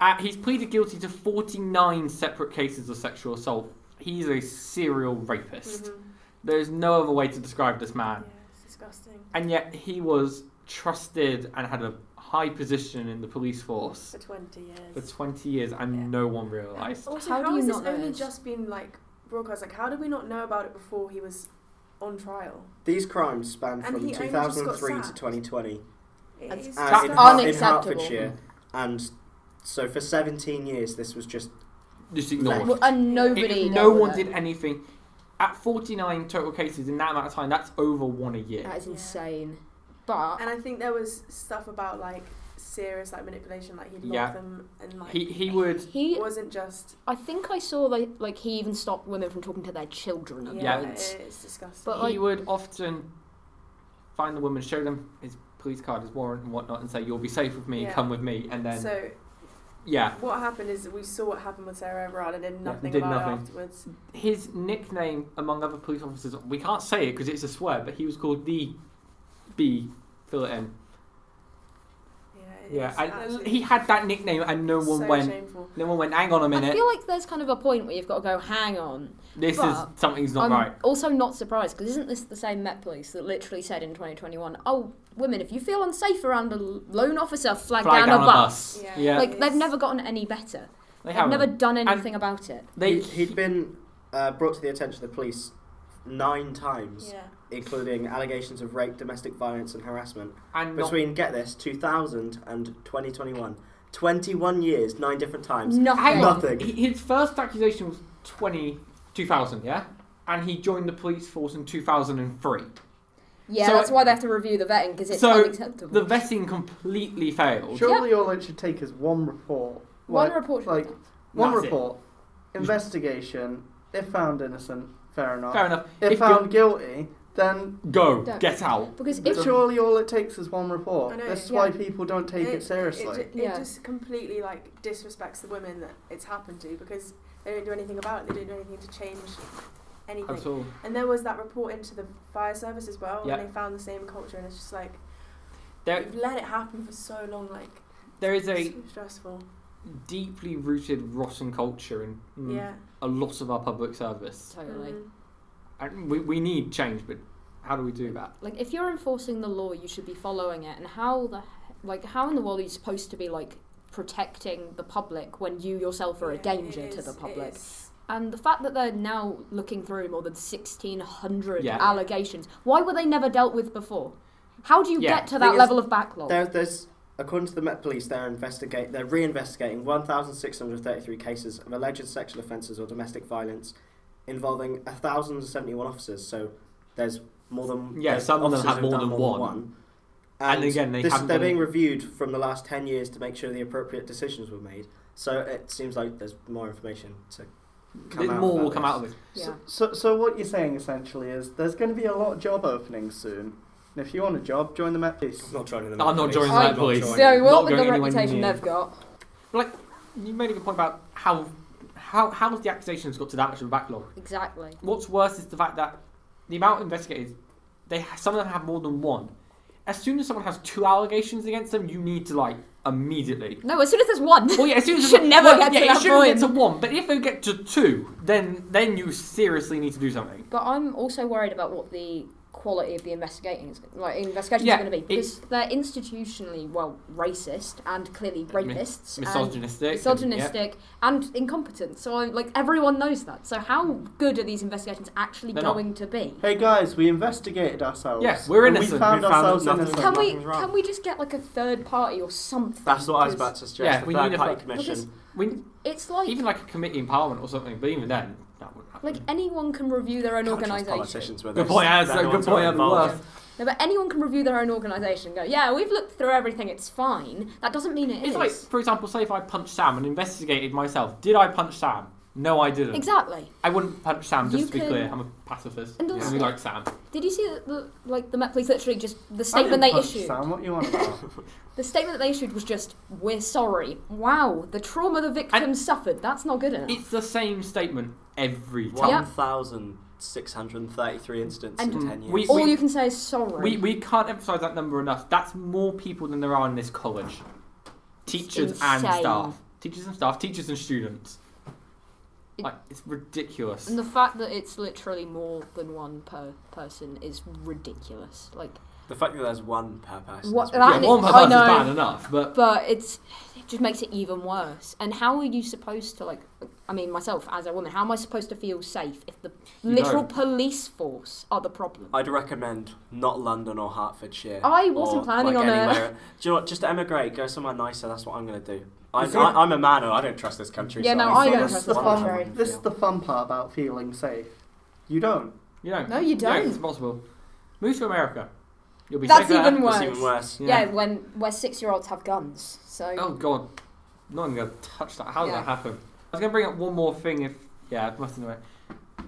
Speaker 1: Uh, he's pleaded guilty to 49 separate cases of sexual assault. He's a serial rapist.
Speaker 5: Mm-hmm.
Speaker 2: Mhm.
Speaker 1: There's no other way to describe this
Speaker 2: Yeah,
Speaker 1: man.
Speaker 2: it's disgusting.
Speaker 1: And yet he was trusted and had a high position in the police force
Speaker 2: For 20 years.
Speaker 1: for 20 years, and
Speaker 2: Yeah.
Speaker 1: no one realised.
Speaker 2: Also,
Speaker 5: How
Speaker 2: how,
Speaker 5: do
Speaker 2: has
Speaker 5: you
Speaker 2: this
Speaker 5: not know
Speaker 2: only
Speaker 5: this?
Speaker 2: just been like broadcast? Like, how did we not know about it before he was on trial?
Speaker 3: These crimes span
Speaker 2: And
Speaker 3: from
Speaker 2: he only just got
Speaker 3: 2003 to
Speaker 2: sacked.
Speaker 3: 2020,
Speaker 2: It
Speaker 5: That's
Speaker 2: is
Speaker 3: and
Speaker 1: Sacked.
Speaker 3: Uh, in,
Speaker 2: disgusting.
Speaker 3: Har- in
Speaker 5: Unacceptable.
Speaker 3: Hertfordshire. And so for 17 years, this was just
Speaker 1: Just ignored.
Speaker 5: Well, and nobody.
Speaker 1: It-
Speaker 5: dealt
Speaker 1: no
Speaker 5: with
Speaker 1: one
Speaker 5: it.
Speaker 1: did anything. At 49 total cases in that amount of time, that's over one a year.
Speaker 5: That is
Speaker 2: Yeah.
Speaker 5: insane. But
Speaker 2: And I think there was stuff about like serious like manipulation, like he'd lock
Speaker 1: Yeah.
Speaker 2: them and like
Speaker 1: He he would.
Speaker 5: he,
Speaker 2: it wasn't just
Speaker 5: I think I saw like like he even stopped women from talking to their children. and
Speaker 1: Yeah.
Speaker 2: yeah,
Speaker 5: things.
Speaker 2: it's disgusting.
Speaker 5: But,
Speaker 1: he
Speaker 5: like-
Speaker 1: would often find the woman, show them his police card, his warrant, and whatnot, and say, "You'll be safe with me.
Speaker 2: Yeah.
Speaker 1: Come with me." And then
Speaker 2: so
Speaker 1: yeah,
Speaker 2: what happened is we saw what happened with Sarah Everard and did nothing
Speaker 1: did
Speaker 2: about
Speaker 1: nothing.
Speaker 2: it afterwards.
Speaker 1: his nickname among other police officers, we can't say it because it's a swear, but he was called the B. Fill it in.
Speaker 2: Yeah, it
Speaker 1: Yeah,
Speaker 2: is
Speaker 1: and
Speaker 2: absolutely
Speaker 1: he had that nickname, and no one
Speaker 2: so
Speaker 1: went.
Speaker 2: Shameful.
Speaker 1: No one went. Hang on a
Speaker 5: I
Speaker 1: minute.
Speaker 5: feel like there's kind of a point where you've got to go, hang on.
Speaker 1: This is
Speaker 5: but
Speaker 1: something's not
Speaker 5: I'm
Speaker 1: right.
Speaker 5: also not surprised because isn't this the same Met Police that literally said in 2021, oh, women, if you feel unsafe around a l- lone officer, flag,
Speaker 1: Flag
Speaker 5: down, a bus.
Speaker 2: Yeah.
Speaker 1: Yeah,
Speaker 5: Like they've
Speaker 2: It's-
Speaker 5: never gotten any better.
Speaker 1: they
Speaker 5: They've
Speaker 1: haven't.
Speaker 5: never done anything about it.
Speaker 1: they
Speaker 3: he, he'd been uh, brought to the attention of the police nine times,
Speaker 2: Yeah.
Speaker 3: including allegations of rape, domestic violence, and harassment
Speaker 1: and not
Speaker 3: between get this 2000 and 2021. 21 years, nine different times.
Speaker 2: Mm.
Speaker 5: Nothing.
Speaker 1: Hang on.
Speaker 3: Nothing.
Speaker 1: He- His first accusation was 20, 2000, yeah? And he joined the police force in 2003.
Speaker 5: Yeah,
Speaker 1: So-
Speaker 5: that's why they have to review the vetting because it's
Speaker 1: So,
Speaker 5: unacceptable.
Speaker 1: The vetting completely failed.
Speaker 4: Surely all it should take is one report.
Speaker 5: One
Speaker 4: Like-
Speaker 5: report. should be
Speaker 4: like
Speaker 5: done.
Speaker 4: one
Speaker 1: That's it.
Speaker 4: report. Investigation. If found innocent, fair enough.
Speaker 1: Fair enough.
Speaker 4: If,
Speaker 1: If
Speaker 3: um,
Speaker 4: found guilty, then
Speaker 1: you- go,
Speaker 5: Don't.
Speaker 1: get out.
Speaker 5: because if
Speaker 4: it's surely all it takes is one report.
Speaker 2: I know,
Speaker 4: This is
Speaker 5: yeah.
Speaker 4: why people don't take
Speaker 2: And
Speaker 4: it, seriously.
Speaker 2: It, ju- it
Speaker 5: Yeah.
Speaker 2: just completely like disrespects the women that it's happened to because they don't do anything about it. They don't do anything to change anything.
Speaker 1: That's all.
Speaker 2: And there was that report into the fire service as well,
Speaker 1: Yeah.
Speaker 2: and they found the same culture, and it's just like
Speaker 1: There,
Speaker 2: you've let it happen for so long, like
Speaker 1: there is a
Speaker 2: it's so stressful.
Speaker 1: deeply rooted rotten culture in mm,
Speaker 2: Yeah,
Speaker 1: a lot of our public service.
Speaker 5: totally.
Speaker 2: Mhm.
Speaker 1: And we, we need change, but how do we do that?
Speaker 5: Like if you're enforcing the law, you should be following it. And how the he- like how in the world are you supposed to be like protecting the public when you yourself are a
Speaker 2: Yeah,
Speaker 5: danger
Speaker 2: it
Speaker 5: to
Speaker 2: is-
Speaker 5: the
Speaker 2: it
Speaker 5: public?
Speaker 2: is
Speaker 5: And the fact that they're now looking through more than 1,600
Speaker 1: Yeah.
Speaker 5: allegations, why were they never dealt with before? How do you
Speaker 1: Yeah,
Speaker 5: get to
Speaker 3: thing
Speaker 5: that
Speaker 3: is,
Speaker 5: level of backlog?
Speaker 3: There, there's, according to the Met Police, they're investigate, they're reinvestigating 1,633 cases of alleged sexual offences or domestic violence involving 1,071 officers. So there's more than
Speaker 1: Yeah,
Speaker 3: there's
Speaker 1: some of them
Speaker 3: officers
Speaker 1: have
Speaker 3: who've
Speaker 1: more
Speaker 3: done
Speaker 1: than one.
Speaker 3: And,
Speaker 1: And again, they
Speaker 3: this,
Speaker 1: haven't
Speaker 3: they're
Speaker 1: done
Speaker 3: being
Speaker 1: it.
Speaker 3: reviewed from the last 10 years to make sure the appropriate decisions were made. So it seems like there's more information to come out
Speaker 1: more
Speaker 3: about
Speaker 1: will come
Speaker 3: this.
Speaker 1: out of it.
Speaker 5: yeah.
Speaker 4: So, so what you're saying essentially is there's going to be a lot of job openings soon. And if you want a job, join the Met Police.
Speaker 3: I'm not joining the
Speaker 1: I'm not
Speaker 3: Met Police.
Speaker 1: joining the
Speaker 5: Met
Speaker 3: I'm not
Speaker 1: Police.
Speaker 3: joining.
Speaker 5: So,
Speaker 1: Not
Speaker 5: what with
Speaker 1: going
Speaker 5: the
Speaker 1: anywhere
Speaker 5: reputation
Speaker 1: near.
Speaker 5: they've got,
Speaker 1: You made a good point about how how how's the accusations got to that much of a backlog.
Speaker 5: exactly.
Speaker 1: What's worse is the fact that the amount investigated, they ha- some of them have more than one. As soon as someone has two allegations against them, you need to like immediately.
Speaker 5: No, as soon as there's one.
Speaker 1: Well, yeah, as
Speaker 5: *laughs*
Speaker 1: soon
Speaker 5: You
Speaker 1: as
Speaker 5: should never
Speaker 1: well,
Speaker 5: get
Speaker 1: yeah,
Speaker 5: to
Speaker 1: it
Speaker 5: that
Speaker 1: shouldn't
Speaker 5: point.
Speaker 1: get to one, but if they get to two, then then you seriously need to do something.
Speaker 5: But I'm also worried about what the quality of the investigating is, like investigations
Speaker 1: Yeah,
Speaker 5: are going to be because they're institutionally well racist and clearly rapists, and
Speaker 1: Misogynistic. and-
Speaker 5: um, misogynistic, and incompetent. So I'm like everyone knows that. So how good are these investigations actually
Speaker 1: They're not.
Speaker 5: going to be?
Speaker 4: Hey guys, we investigated ourselves.
Speaker 1: Yes, we're
Speaker 4: and
Speaker 1: innocent.
Speaker 4: We found
Speaker 3: We found
Speaker 4: ourselves
Speaker 3: nothing.
Speaker 4: innocent.
Speaker 5: Can we
Speaker 3: nothing's wrong.
Speaker 5: can we just get like a third party or something?
Speaker 3: That's what I was
Speaker 5: 'Cause
Speaker 3: about to suggest.
Speaker 1: Yeah,
Speaker 3: the
Speaker 1: we
Speaker 3: third
Speaker 1: need a
Speaker 3: party
Speaker 1: fu-
Speaker 3: commission.
Speaker 1: We,
Speaker 5: It's like
Speaker 1: even like a committee in parliament or something, but even then, that wouldn't happen.
Speaker 5: like anyone can review their own
Speaker 3: Can't trust
Speaker 5: organisation.
Speaker 3: politicians with
Speaker 1: Good
Speaker 3: this.
Speaker 1: point, Alex.
Speaker 3: They're
Speaker 1: Good
Speaker 3: the ones who
Speaker 1: point,
Speaker 3: are
Speaker 1: Adam
Speaker 3: involved.
Speaker 1: Worth.
Speaker 5: No, but anyone can review their own organisation. and Go, yeah, we've looked through everything. It's fine. That doesn't mean it
Speaker 1: It's
Speaker 5: is.
Speaker 1: like, for example, say if I punched Sam and investigated myself. Did I punch Sam? No, I didn't.
Speaker 5: exactly.
Speaker 1: I wouldn't punch Sam, just
Speaker 5: You
Speaker 1: to be
Speaker 5: can-
Speaker 1: clear. I'm a pacifist.
Speaker 5: And
Speaker 1: And,
Speaker 5: also-
Speaker 1: we like Sam.
Speaker 5: Did you see that the like the Met Police literally just the
Speaker 4: I didn't
Speaker 5: statement they
Speaker 4: punch
Speaker 5: issued?
Speaker 4: Sam, what you want about?
Speaker 3: *laughs*
Speaker 5: The statement that they issued was just "We're sorry." Wow, the trauma the victims suffered. That's not good enough.
Speaker 1: It's the same statement every time.
Speaker 5: Yep.
Speaker 3: 1,633 incidents
Speaker 5: And
Speaker 3: in 10 years.
Speaker 1: we-
Speaker 5: All you can say is sorry.
Speaker 1: We, we can't emphasise that number enough. That's more people than there are in this college. Teachers and
Speaker 5: insane.
Speaker 1: staff. Teachers and staff, teachers and students.
Speaker 5: It-
Speaker 1: Like, it's ridiculous.
Speaker 5: and the fact that it's literally more than one per person is ridiculous. Like,
Speaker 3: the fact that there's one per person.
Speaker 5: What-
Speaker 3: is
Speaker 5: that
Speaker 1: yeah,
Speaker 5: and
Speaker 3: ridiculous.
Speaker 1: one per
Speaker 5: it- I
Speaker 1: person's
Speaker 5: know.
Speaker 1: bad enough, but
Speaker 5: but it's it just makes it even worse. And how are you supposed to like? I mean, myself as a woman, how am I supposed to feel safe if the
Speaker 1: You
Speaker 5: literal
Speaker 1: don't.
Speaker 5: police force are the problem?
Speaker 3: I'd recommend not London or Hertfordshire.
Speaker 5: I wasn't
Speaker 3: or,
Speaker 5: planning
Speaker 3: like,
Speaker 5: on a-
Speaker 3: anywhere. *laughs* Do you know what? Just emigrate. Go somewhere nicer. That's what I'm going to do. I,
Speaker 4: Is it-
Speaker 3: I, I'm a man and I don't trust this country.
Speaker 5: Yeah,
Speaker 3: so
Speaker 5: no,
Speaker 3: I,
Speaker 5: I don't
Speaker 3: that's
Speaker 5: trust
Speaker 4: the
Speaker 5: this
Speaker 3: one I
Speaker 4: fun,
Speaker 5: country.
Speaker 3: haven't
Speaker 4: This is
Speaker 3: felt.
Speaker 4: the fun part about feeling safe. You don't.
Speaker 1: you know.
Speaker 5: No, you don't.
Speaker 1: it's possible. Move to America. You'll be
Speaker 5: That's
Speaker 1: safer
Speaker 5: even
Speaker 1: there.
Speaker 5: worse.
Speaker 3: It's even worse.
Speaker 5: Yeah, when where six year olds have guns. So
Speaker 1: Oh god, not even gonna touch that. How did
Speaker 5: Yeah.
Speaker 1: that happen? I was gonna bring up one more thing. If yeah, I must know it.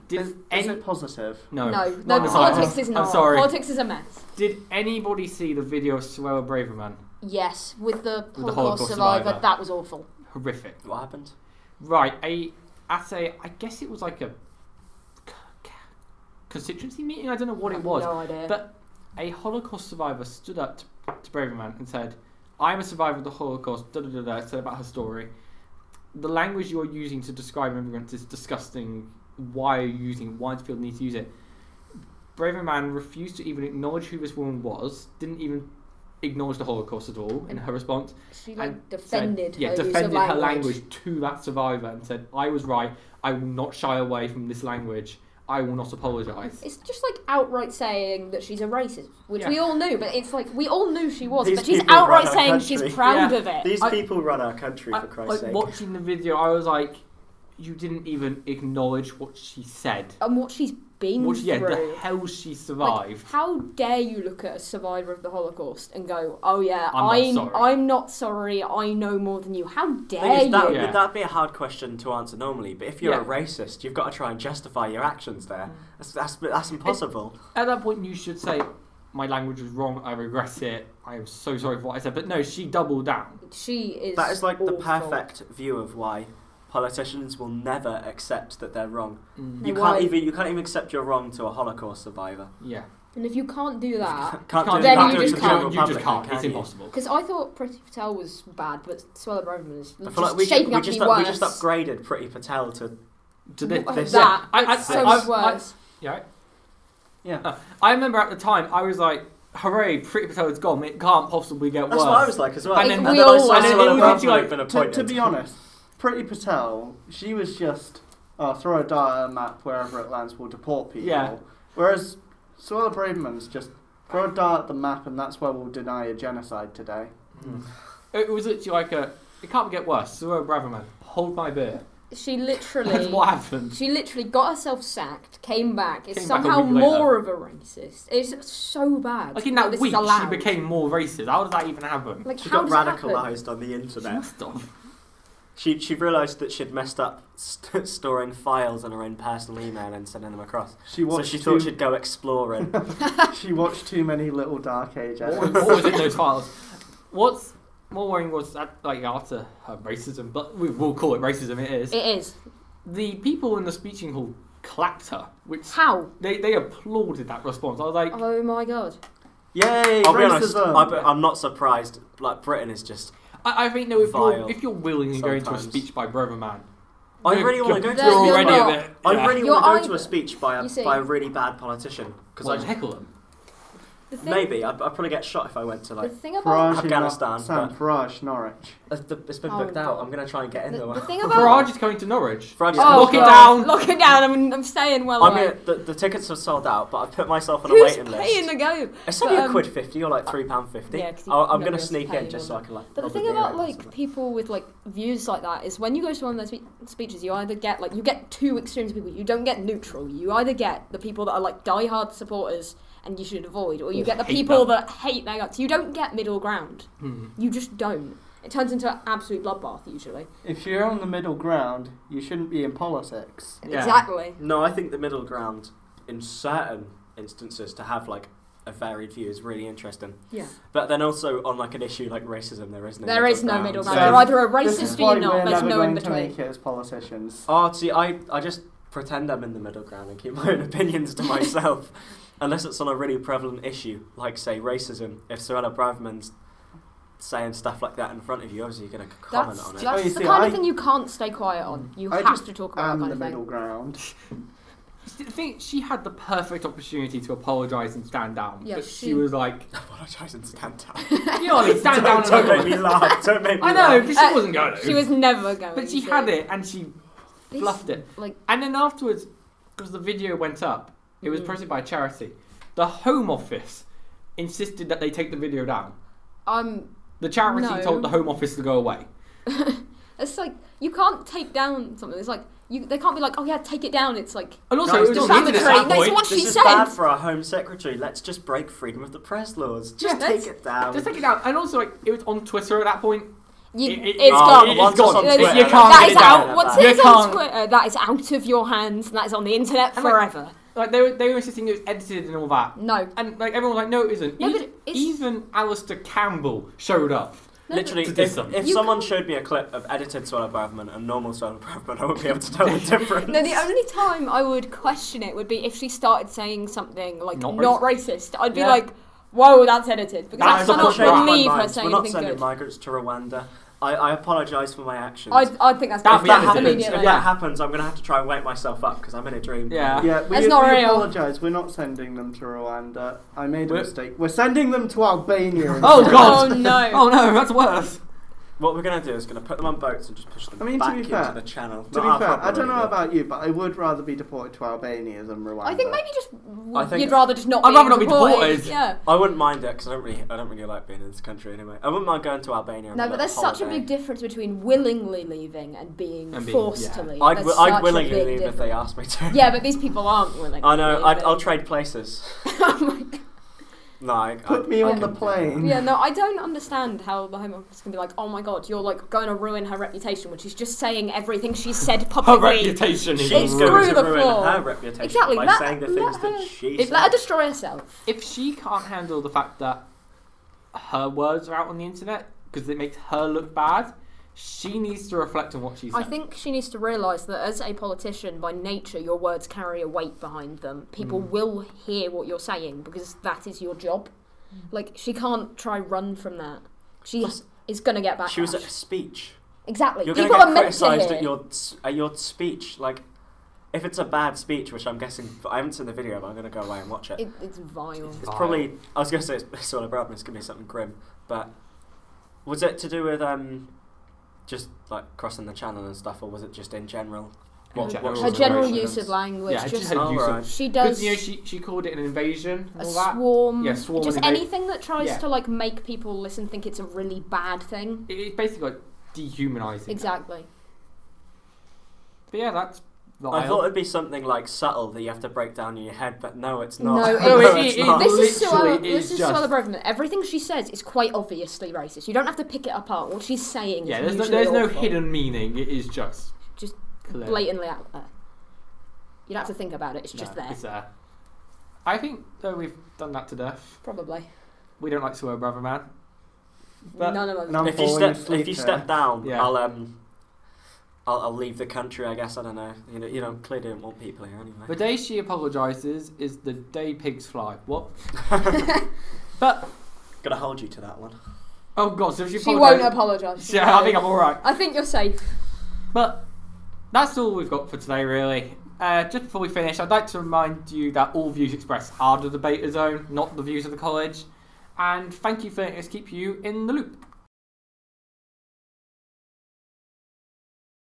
Speaker 1: Did
Speaker 4: Is,
Speaker 1: any
Speaker 4: is it positive?
Speaker 1: Oh, no
Speaker 5: no,
Speaker 1: not
Speaker 5: no,
Speaker 1: this
Speaker 4: sorry.
Speaker 5: politics
Speaker 1: time.
Speaker 5: is not.
Speaker 1: I'm sorry.
Speaker 5: Politics is a mess.
Speaker 1: Did anybody see the video of Suella Braverman?
Speaker 5: Yes, with the Holocaust,
Speaker 1: the Holocaust
Speaker 5: survivor,
Speaker 1: survivor.
Speaker 5: that was awful.
Speaker 1: Horrific.
Speaker 3: What happened?
Speaker 1: Right, a at a I guess it was like a c- c- constituency meeting. I don't know what
Speaker 5: I
Speaker 1: it
Speaker 5: have
Speaker 1: was.
Speaker 5: No idea.
Speaker 1: But a Holocaust survivor stood up to, to Braverman and said, I am a survivor of the Holocaust, da da da da, said about her story. The language you're using to describe immigrants is disgusting. Why are you using it? Why do people need to use it? Braverman refused to even acknowledge who this woman was, didn't even acknowledge the Holocaust at all in her response.
Speaker 5: she like
Speaker 1: and
Speaker 5: defended
Speaker 1: said- yeah,
Speaker 5: her
Speaker 1: defended
Speaker 5: use of
Speaker 1: her language to that survivor and said, I was right, I will not shy away from this language, I will not apologise.
Speaker 5: It's just like outright saying that she's a racist, which
Speaker 1: Yeah.
Speaker 5: we all knew. But it's like we all knew she was,
Speaker 3: These
Speaker 5: but she's
Speaker 3: people
Speaker 5: outright
Speaker 3: run our
Speaker 5: saying
Speaker 3: country.
Speaker 5: she's proud
Speaker 1: Yeah.
Speaker 5: of it.
Speaker 3: These
Speaker 1: I-
Speaker 3: people run our country,
Speaker 1: I-
Speaker 3: for Christ's
Speaker 1: like,
Speaker 3: sake.
Speaker 1: Watching the video, I was like, you didn't even acknowledge what she said.
Speaker 5: and what she's been
Speaker 1: What, yeah, the
Speaker 5: through.
Speaker 1: hell she survived.
Speaker 5: Like, how dare you look at a survivor of the Holocaust and go, "Oh yeah,
Speaker 1: I'm
Speaker 5: I'm
Speaker 1: not sorry."
Speaker 5: I'm not sorry. I know more than you." How
Speaker 3: Thing
Speaker 5: dare
Speaker 3: is, that,
Speaker 5: you?
Speaker 1: Yeah.
Speaker 3: That'd be a hard question to answer normally, but if you're a
Speaker 1: Yeah.
Speaker 3: racist, you've got to try and justify your actions there. That's, that's, that's impossible.
Speaker 1: At that point, you should say, my language was wrong, I regret it, I am so sorry for what I said. But no, she doubled down.
Speaker 5: She is.
Speaker 3: That is like the
Speaker 5: awful.
Speaker 3: perfect view of why politicians will never accept that they're wrong.
Speaker 5: No,
Speaker 3: You
Speaker 5: why-
Speaker 3: can't even you can't even accept you're wrong to a Holocaust survivor.
Speaker 1: Yeah.
Speaker 5: And if you can't do
Speaker 3: *laughs*
Speaker 5: that,
Speaker 3: Can't do,
Speaker 5: Then
Speaker 3: can't
Speaker 5: you
Speaker 3: do it
Speaker 5: just
Speaker 3: to the
Speaker 5: can't.
Speaker 3: general
Speaker 1: You just
Speaker 3: public,
Speaker 1: can't.
Speaker 3: can
Speaker 1: it's
Speaker 3: you?
Speaker 1: impossible.
Speaker 5: because I thought Pretty Patel was bad, but Suella Braverman is
Speaker 3: I
Speaker 5: just
Speaker 3: feel like we,
Speaker 5: shaping
Speaker 3: ju- we,
Speaker 5: up
Speaker 3: just
Speaker 5: to be
Speaker 3: up-
Speaker 5: worse.
Speaker 3: we just upgraded Pretty Patel to
Speaker 1: To thi-
Speaker 5: Well,
Speaker 1: this-
Speaker 5: that,
Speaker 1: yeah. I, I,
Speaker 5: it's so
Speaker 1: I,
Speaker 5: much worse.
Speaker 1: I, yeah.
Speaker 4: Yeah.
Speaker 1: Uh, I remember at the time, I was like, hooray, Pretty Patel is gone, it can't possibly get
Speaker 3: That's
Speaker 1: worse.
Speaker 3: what I was like as well.
Speaker 1: And
Speaker 5: then-
Speaker 3: and
Speaker 5: We
Speaker 3: then I
Speaker 5: all-
Speaker 3: saw
Speaker 5: and then
Speaker 1: it
Speaker 3: Suella
Speaker 1: would be
Speaker 3: Braverman
Speaker 1: like-
Speaker 3: had been
Speaker 4: to, to
Speaker 3: appointed.
Speaker 4: be honest, Pretty Patel, she was just oh, throw a dart at a map, wherever it lands, we'll deport people.
Speaker 1: Yeah.
Speaker 4: Whereas Suella Braverman's just throw a dart at the map, and that's where we'll deny a genocide today.
Speaker 3: Hmm.
Speaker 1: It was literally like a. It can't get worse. Zora Braverman, hold my beer.
Speaker 5: She
Speaker 1: That's
Speaker 5: literally.
Speaker 1: what happened.
Speaker 5: She literally got herself sacked, came back, is
Speaker 1: Came back a
Speaker 5: somehow
Speaker 1: week later.
Speaker 5: more of a racist. It's so bad.
Speaker 1: Like in that
Speaker 5: this is
Speaker 1: week, she
Speaker 5: allowed.
Speaker 1: became more racist. How did that even happen?
Speaker 5: Like,
Speaker 3: She
Speaker 5: how
Speaker 3: got
Speaker 5: does that happen?
Speaker 3: radicalized on the
Speaker 1: She
Speaker 3: internet.
Speaker 1: must
Speaker 5: *laughs*
Speaker 1: have.
Speaker 3: She she realised that she'd messed up st- storing files on her own personal email and sending them across.
Speaker 4: She
Speaker 3: So
Speaker 4: watched.
Speaker 3: she
Speaker 4: too,
Speaker 3: thought she'd go exploring.
Speaker 4: *laughs* she watched too many Little Dark Age.
Speaker 1: What was,
Speaker 4: episodes.
Speaker 1: what was in those files? What's more worrying was that, like, after her racism, but we will call it racism, it is.
Speaker 5: It is.
Speaker 1: the people in the speeching hall clapped her, which
Speaker 5: How?
Speaker 1: they, they applauded that response. I was like,
Speaker 5: Oh my god.
Speaker 4: Yay!
Speaker 3: I'll
Speaker 4: racism.
Speaker 3: be honest, I, but I'm not surprised. Like Britain is just.
Speaker 1: I, I think no, if
Speaker 3: Vile.
Speaker 1: you're if you're willing to go into a
Speaker 3: Sometimes.
Speaker 1: speech by Braverman,
Speaker 3: I
Speaker 1: you're-
Speaker 3: really want to go
Speaker 1: you're-
Speaker 3: to.
Speaker 5: They're-
Speaker 1: You're
Speaker 5: you're
Speaker 1: already
Speaker 5: not.
Speaker 1: a bit.
Speaker 3: I really
Speaker 5: You're
Speaker 3: want to go to
Speaker 5: either.
Speaker 3: a speech by
Speaker 5: You
Speaker 3: a
Speaker 5: see.
Speaker 3: by a really bad politician because
Speaker 1: Well,
Speaker 3: I
Speaker 1: heckle them.
Speaker 5: The thing,
Speaker 3: *laughs* maybe I'd, I'd probably get shot if I went to
Speaker 5: The
Speaker 3: like.
Speaker 5: thing about
Speaker 4: Farage in
Speaker 3: Afghanistan,
Speaker 4: Nor- Sam
Speaker 3: but-
Speaker 4: Farage, Norwich.
Speaker 3: It's it's been
Speaker 5: Oh,
Speaker 3: booked out.
Speaker 5: God.
Speaker 3: I'm gonna try and get in
Speaker 5: The-
Speaker 3: there.
Speaker 5: the thing about-
Speaker 1: Farage is coming to Norwich.
Speaker 3: Farage is
Speaker 5: Oh,
Speaker 1: Lock it
Speaker 3: confirmed.
Speaker 1: down.
Speaker 5: Lock it down. I'm, I'm staying well
Speaker 3: I
Speaker 5: away.
Speaker 3: mean, the, the tickets are sold out, but I've put myself on a
Speaker 5: Oh, Who's
Speaker 3: waiting
Speaker 5: paying
Speaker 3: list.
Speaker 5: the go?
Speaker 3: It's only
Speaker 5: But,
Speaker 3: a
Speaker 5: um,
Speaker 3: quid fifty or like three pound fifty.
Speaker 5: Yeah, 'cause you-
Speaker 3: I'm
Speaker 5: nobody
Speaker 3: gonna
Speaker 5: else
Speaker 3: sneak
Speaker 5: paying,
Speaker 3: in just so I can like.
Speaker 5: But the
Speaker 3: rob a
Speaker 5: thing
Speaker 3: beer
Speaker 5: about
Speaker 3: or
Speaker 5: like
Speaker 3: something.
Speaker 5: people with like views like that is when you go to one of their spe- speeches, you either get like you get two extremes of people. You don't get neutral. You either get the people that are like diehard supporters and you should avoid, or you
Speaker 1: Or
Speaker 5: get the
Speaker 1: hate
Speaker 5: people that hate their guts. You don't get middle ground.
Speaker 1: Hmm.
Speaker 5: You just don't. It turns into an absolute bloodbath usually.
Speaker 4: If you're on the middle ground, you shouldn't be in politics.
Speaker 1: Yeah.
Speaker 5: Exactly.
Speaker 3: No, I think the middle ground in certain instances to have like a varied view is really interesting.
Speaker 5: Yeah.
Speaker 3: But then also on like an issue like racism, there is no.
Speaker 5: there
Speaker 3: middle
Speaker 5: is no
Speaker 3: ground.
Speaker 5: middle
Speaker 3: So-
Speaker 5: ground. You're either a racist or
Speaker 4: why
Speaker 5: you're not.
Speaker 4: we're
Speaker 5: There's
Speaker 4: never
Speaker 5: no in
Speaker 4: going to
Speaker 5: between.
Speaker 4: make it as politicians.
Speaker 3: Oh, see, I I just pretend I'm in the middle ground and keep *laughs* my own opinions to myself, unless it's on a really prevalent issue like say racism. If Sorella Braverman's saying stuff like that in front of you, obviously you're going to comment
Speaker 5: That's,
Speaker 3: on it.
Speaker 5: that's
Speaker 4: Oh, you
Speaker 5: the
Speaker 4: see,
Speaker 5: kind of
Speaker 4: I-
Speaker 5: thing you can't stay quiet on. You
Speaker 4: I
Speaker 5: have
Speaker 4: just
Speaker 5: to talk about
Speaker 4: I'm
Speaker 5: that
Speaker 4: the
Speaker 5: kind of
Speaker 4: middle
Speaker 5: thing.
Speaker 4: ground.
Speaker 1: I think she had the perfect opportunity to apologise and stand down,
Speaker 5: Yeah,
Speaker 1: but she,
Speaker 5: she-
Speaker 1: was like,
Speaker 3: *laughs*
Speaker 1: *laughs*
Speaker 3: Apologise and stand down.
Speaker 5: *laughs*
Speaker 1: you know what I mean, stand down.
Speaker 3: don't,
Speaker 1: and
Speaker 3: don't
Speaker 1: have
Speaker 3: make
Speaker 1: a
Speaker 3: me
Speaker 1: look.
Speaker 3: laugh. Don't make me
Speaker 1: I know,
Speaker 3: laugh.
Speaker 1: but she
Speaker 5: Uh,
Speaker 1: wasn't going to.
Speaker 5: She was never going.
Speaker 1: but she
Speaker 5: to.
Speaker 1: had it, and she
Speaker 5: This-
Speaker 1: fluffed it.
Speaker 5: Like
Speaker 1: And then afterwards, because the video went up, it was
Speaker 5: Mhm.
Speaker 1: posted by a charity. The Home Office insisted that they take the video down.
Speaker 5: um,
Speaker 1: The charity
Speaker 5: No.
Speaker 1: told the Home Office to go away.
Speaker 5: it's like you can't take down something. It's like you they can't be like, oh yeah, take it down. It's like
Speaker 1: And also,
Speaker 3: No,
Speaker 1: it
Speaker 3: it's
Speaker 1: was
Speaker 3: just
Speaker 1: on the internet at that
Speaker 5: defamatory. No, it's
Speaker 1: point.
Speaker 5: what
Speaker 3: this
Speaker 5: she
Speaker 3: is
Speaker 5: said.
Speaker 3: bad for our Home Secretary. Let's just break freedom of the press laws. Just
Speaker 5: Yeah,
Speaker 3: take
Speaker 5: that's-
Speaker 3: it down.
Speaker 1: Just take it down. And also, like, it was on Twitter at that point.
Speaker 5: you,
Speaker 1: It- it-
Speaker 5: has
Speaker 1: no,
Speaker 5: gone.
Speaker 1: it-
Speaker 5: It's
Speaker 1: it's gone.
Speaker 5: It's-
Speaker 1: It's- you
Speaker 5: that
Speaker 1: can't
Speaker 5: is
Speaker 1: get it
Speaker 5: out.
Speaker 1: down.
Speaker 5: Once
Speaker 1: You
Speaker 5: it's on
Speaker 1: can't.
Speaker 5: Twitter, that is out of your hands, and that is on the internet
Speaker 1: And, like,
Speaker 5: forever.
Speaker 1: Like, they were, they were insisting it was edited and all that.
Speaker 5: No,
Speaker 1: And, like, everyone was like, no, it isn't.
Speaker 5: No,
Speaker 1: even,
Speaker 5: but it's-
Speaker 1: even Alistair Campbell showed up.
Speaker 5: No,
Speaker 3: Literally,
Speaker 1: To
Speaker 3: if,
Speaker 1: do something.
Speaker 3: if
Speaker 5: You
Speaker 3: someone showed me a clip of edited Swallow Braverman and normal Swallow Braverman, I wouldn't be able to tell the *laughs* difference.
Speaker 5: No, the only time I would question it would be if she started saying something like
Speaker 1: Not
Speaker 5: not, racist. I'd be
Speaker 1: Yeah.
Speaker 5: like, whoa, that's edited because
Speaker 1: That's the
Speaker 5: I cannot
Speaker 1: point where I'm
Speaker 5: believe her
Speaker 3: We're
Speaker 5: saying
Speaker 3: not
Speaker 5: anything
Speaker 3: sending
Speaker 5: good.
Speaker 3: migrants to Rwanda. I, I apologise for my actions.
Speaker 5: I'd, I'd think that's
Speaker 1: That
Speaker 5: bad
Speaker 3: if that
Speaker 1: Yeah,
Speaker 3: happens, if
Speaker 5: immediately.
Speaker 3: that
Speaker 1: yeah.
Speaker 3: happens, I'm going to have to try and wake myself up because I'm in a dream.
Speaker 1: Yeah.
Speaker 4: Yeah, we,
Speaker 5: That's not
Speaker 4: we
Speaker 5: real.
Speaker 4: apologise. We're not sending them to Rwanda. I made a
Speaker 1: We're-
Speaker 4: mistake. We're sending them
Speaker 1: *laughs*
Speaker 4: to Albania.
Speaker 1: Oh,
Speaker 4: instead.
Speaker 1: God.
Speaker 5: Oh no!
Speaker 1: *laughs* Oh, no, that's worse.
Speaker 3: What we're going to do is going to put them on boats and just push them
Speaker 4: I mean, to
Speaker 3: back
Speaker 4: be
Speaker 3: into
Speaker 4: fair-
Speaker 3: the channel.
Speaker 4: To
Speaker 3: Not our
Speaker 4: be fair, I
Speaker 3: problem
Speaker 4: don't know
Speaker 3: anymore.
Speaker 4: about you, but I would rather be deported to Albania than Rwanda.
Speaker 5: I think maybe just
Speaker 3: I think-
Speaker 5: you'd rather just not.
Speaker 1: I'd
Speaker 5: be
Speaker 1: rather not be deported.
Speaker 5: Yeah.
Speaker 3: I wouldn't mind it because I don't really, I don't really like being in this country anyway. I wouldn't mind going to Albania. on a
Speaker 5: No,
Speaker 3: little
Speaker 5: but there's such a
Speaker 3: holiday.
Speaker 5: big difference between willingly leaving and being,
Speaker 1: And being-
Speaker 5: forced
Speaker 1: yeah.
Speaker 5: to leave.
Speaker 3: I'd,
Speaker 5: There's
Speaker 3: wi- I'd
Speaker 5: such a
Speaker 3: willingly
Speaker 5: big
Speaker 3: leave if they
Speaker 5: difference.
Speaker 3: asked me to.
Speaker 5: Yeah, but these people aren't
Speaker 3: *laughs*
Speaker 5: willing.
Speaker 3: I know.
Speaker 5: to
Speaker 3: I'd,
Speaker 5: leave.
Speaker 3: I'll trade places.
Speaker 5: *laughs* oh my
Speaker 3: No, I,
Speaker 4: Put
Speaker 3: I,
Speaker 4: me
Speaker 3: I
Speaker 4: on the
Speaker 3: couldn't do
Speaker 4: plane.
Speaker 5: god. Yeah, no, I don't understand how the Home Office can be like, oh my god, you're like going to ruin her reputation when she's just saying everything she said
Speaker 1: Her
Speaker 5: publicly.
Speaker 1: reputation
Speaker 3: that.
Speaker 1: is
Speaker 5: It's
Speaker 1: ruined.
Speaker 3: She's
Speaker 5: screwed.
Speaker 3: going
Speaker 5: screw
Speaker 3: to
Speaker 5: the
Speaker 3: ruin
Speaker 5: floor.
Speaker 3: her reputation
Speaker 5: Exactly,
Speaker 3: by
Speaker 5: let-
Speaker 3: saying the
Speaker 5: let
Speaker 3: things that
Speaker 5: her-
Speaker 3: she
Speaker 5: If
Speaker 3: said.
Speaker 5: let her destroy herself.
Speaker 1: if she can't handle the fact that her words are out on the internet because it makes her look bad, she needs to reflect on what she said.
Speaker 5: I think she needs to realise that as a politician, by nature, your words carry a weight behind them. People
Speaker 1: Mm.
Speaker 5: will hear what you're saying because that is your job. Like she can't try run from that. She
Speaker 3: Plus-
Speaker 5: is gonna get back.
Speaker 3: she was at a speech.
Speaker 5: exactly.
Speaker 3: You're going
Speaker 5: People
Speaker 3: to get
Speaker 5: are meant to
Speaker 3: criticised
Speaker 5: hear.
Speaker 3: at your s- at your speech. Like, if it's a bad speech, which I'm guessing I haven't seen the video, but I'm going to go away and watch it.
Speaker 5: It, it's vile.
Speaker 3: It's
Speaker 1: Vile.
Speaker 3: probably. I was going to say it's, it's all about, but it's going to be something grim. But was it to do with um, just like crossing the channel and stuff, or was it just in general?
Speaker 1: What
Speaker 5: Her-
Speaker 1: general
Speaker 5: her general
Speaker 1: relations.
Speaker 5: use of language.
Speaker 1: yeah,
Speaker 5: just
Speaker 1: just her use of-
Speaker 3: Alright.
Speaker 5: she
Speaker 1: Good
Speaker 5: does
Speaker 1: to know she, she called it an invasion and
Speaker 5: a
Speaker 1: all that.
Speaker 5: swarm.
Speaker 1: Yeah, swarm
Speaker 5: Just
Speaker 1: and invade-
Speaker 5: anything that tries
Speaker 1: Yeah.
Speaker 5: to like make people listen think it's a really bad thing.
Speaker 1: It- It's basically like dehumanizing.
Speaker 5: Exactly.
Speaker 1: But yeah, that's.
Speaker 3: I
Speaker 1: vile.
Speaker 3: thought it'd be something like subtle that you have to break down in your head, but *laughs* no, it's not.
Speaker 1: *laughs*
Speaker 5: No, it-
Speaker 1: it-
Speaker 3: it's
Speaker 1: it-
Speaker 3: not.
Speaker 5: This is Suella,
Speaker 1: Literally
Speaker 5: this
Speaker 1: is
Speaker 5: is
Speaker 1: just-
Speaker 5: Suella Braverman. Everything she says is quite obviously racist. You don't have to pick it apart. What she's saying
Speaker 1: Yeah,
Speaker 5: is
Speaker 1: there's no,
Speaker 5: usually
Speaker 1: there's no
Speaker 5: awful.
Speaker 1: hidden meaning. It is just
Speaker 5: Just
Speaker 1: clear.
Speaker 5: blatantly out there. You don't have to think about it. It's just
Speaker 1: No,
Speaker 5: there.
Speaker 1: It's there. I think though we've done that to death.
Speaker 5: Probably.
Speaker 1: We don't like Swear Brother Man. But-
Speaker 5: None of us.
Speaker 4: No. I'm
Speaker 3: if you
Speaker 4: falling
Speaker 3: step,
Speaker 4: asleep
Speaker 3: if you
Speaker 4: here.
Speaker 3: step down,
Speaker 1: Yeah.
Speaker 3: I'll um, I'll, I'll leave the country. I guess I don't know. You know, you know, clearly don't want people here anyway.
Speaker 1: The
Speaker 3: *laughs*
Speaker 1: day she apologises is the day pigs fly. What? but
Speaker 3: Gotta hold you to that one.
Speaker 1: oh god, so if she,
Speaker 5: She won't
Speaker 1: apologise- *laughs*
Speaker 5: apologise.
Speaker 1: Yeah, I think I'm alright.
Speaker 5: I think you're safe.
Speaker 1: But that's all we've got for today, really. Uh, just before we finish, I'd like to remind you that all views expressed are the debater zone, not the views of the college. And thank you for letting us keep you in the loop.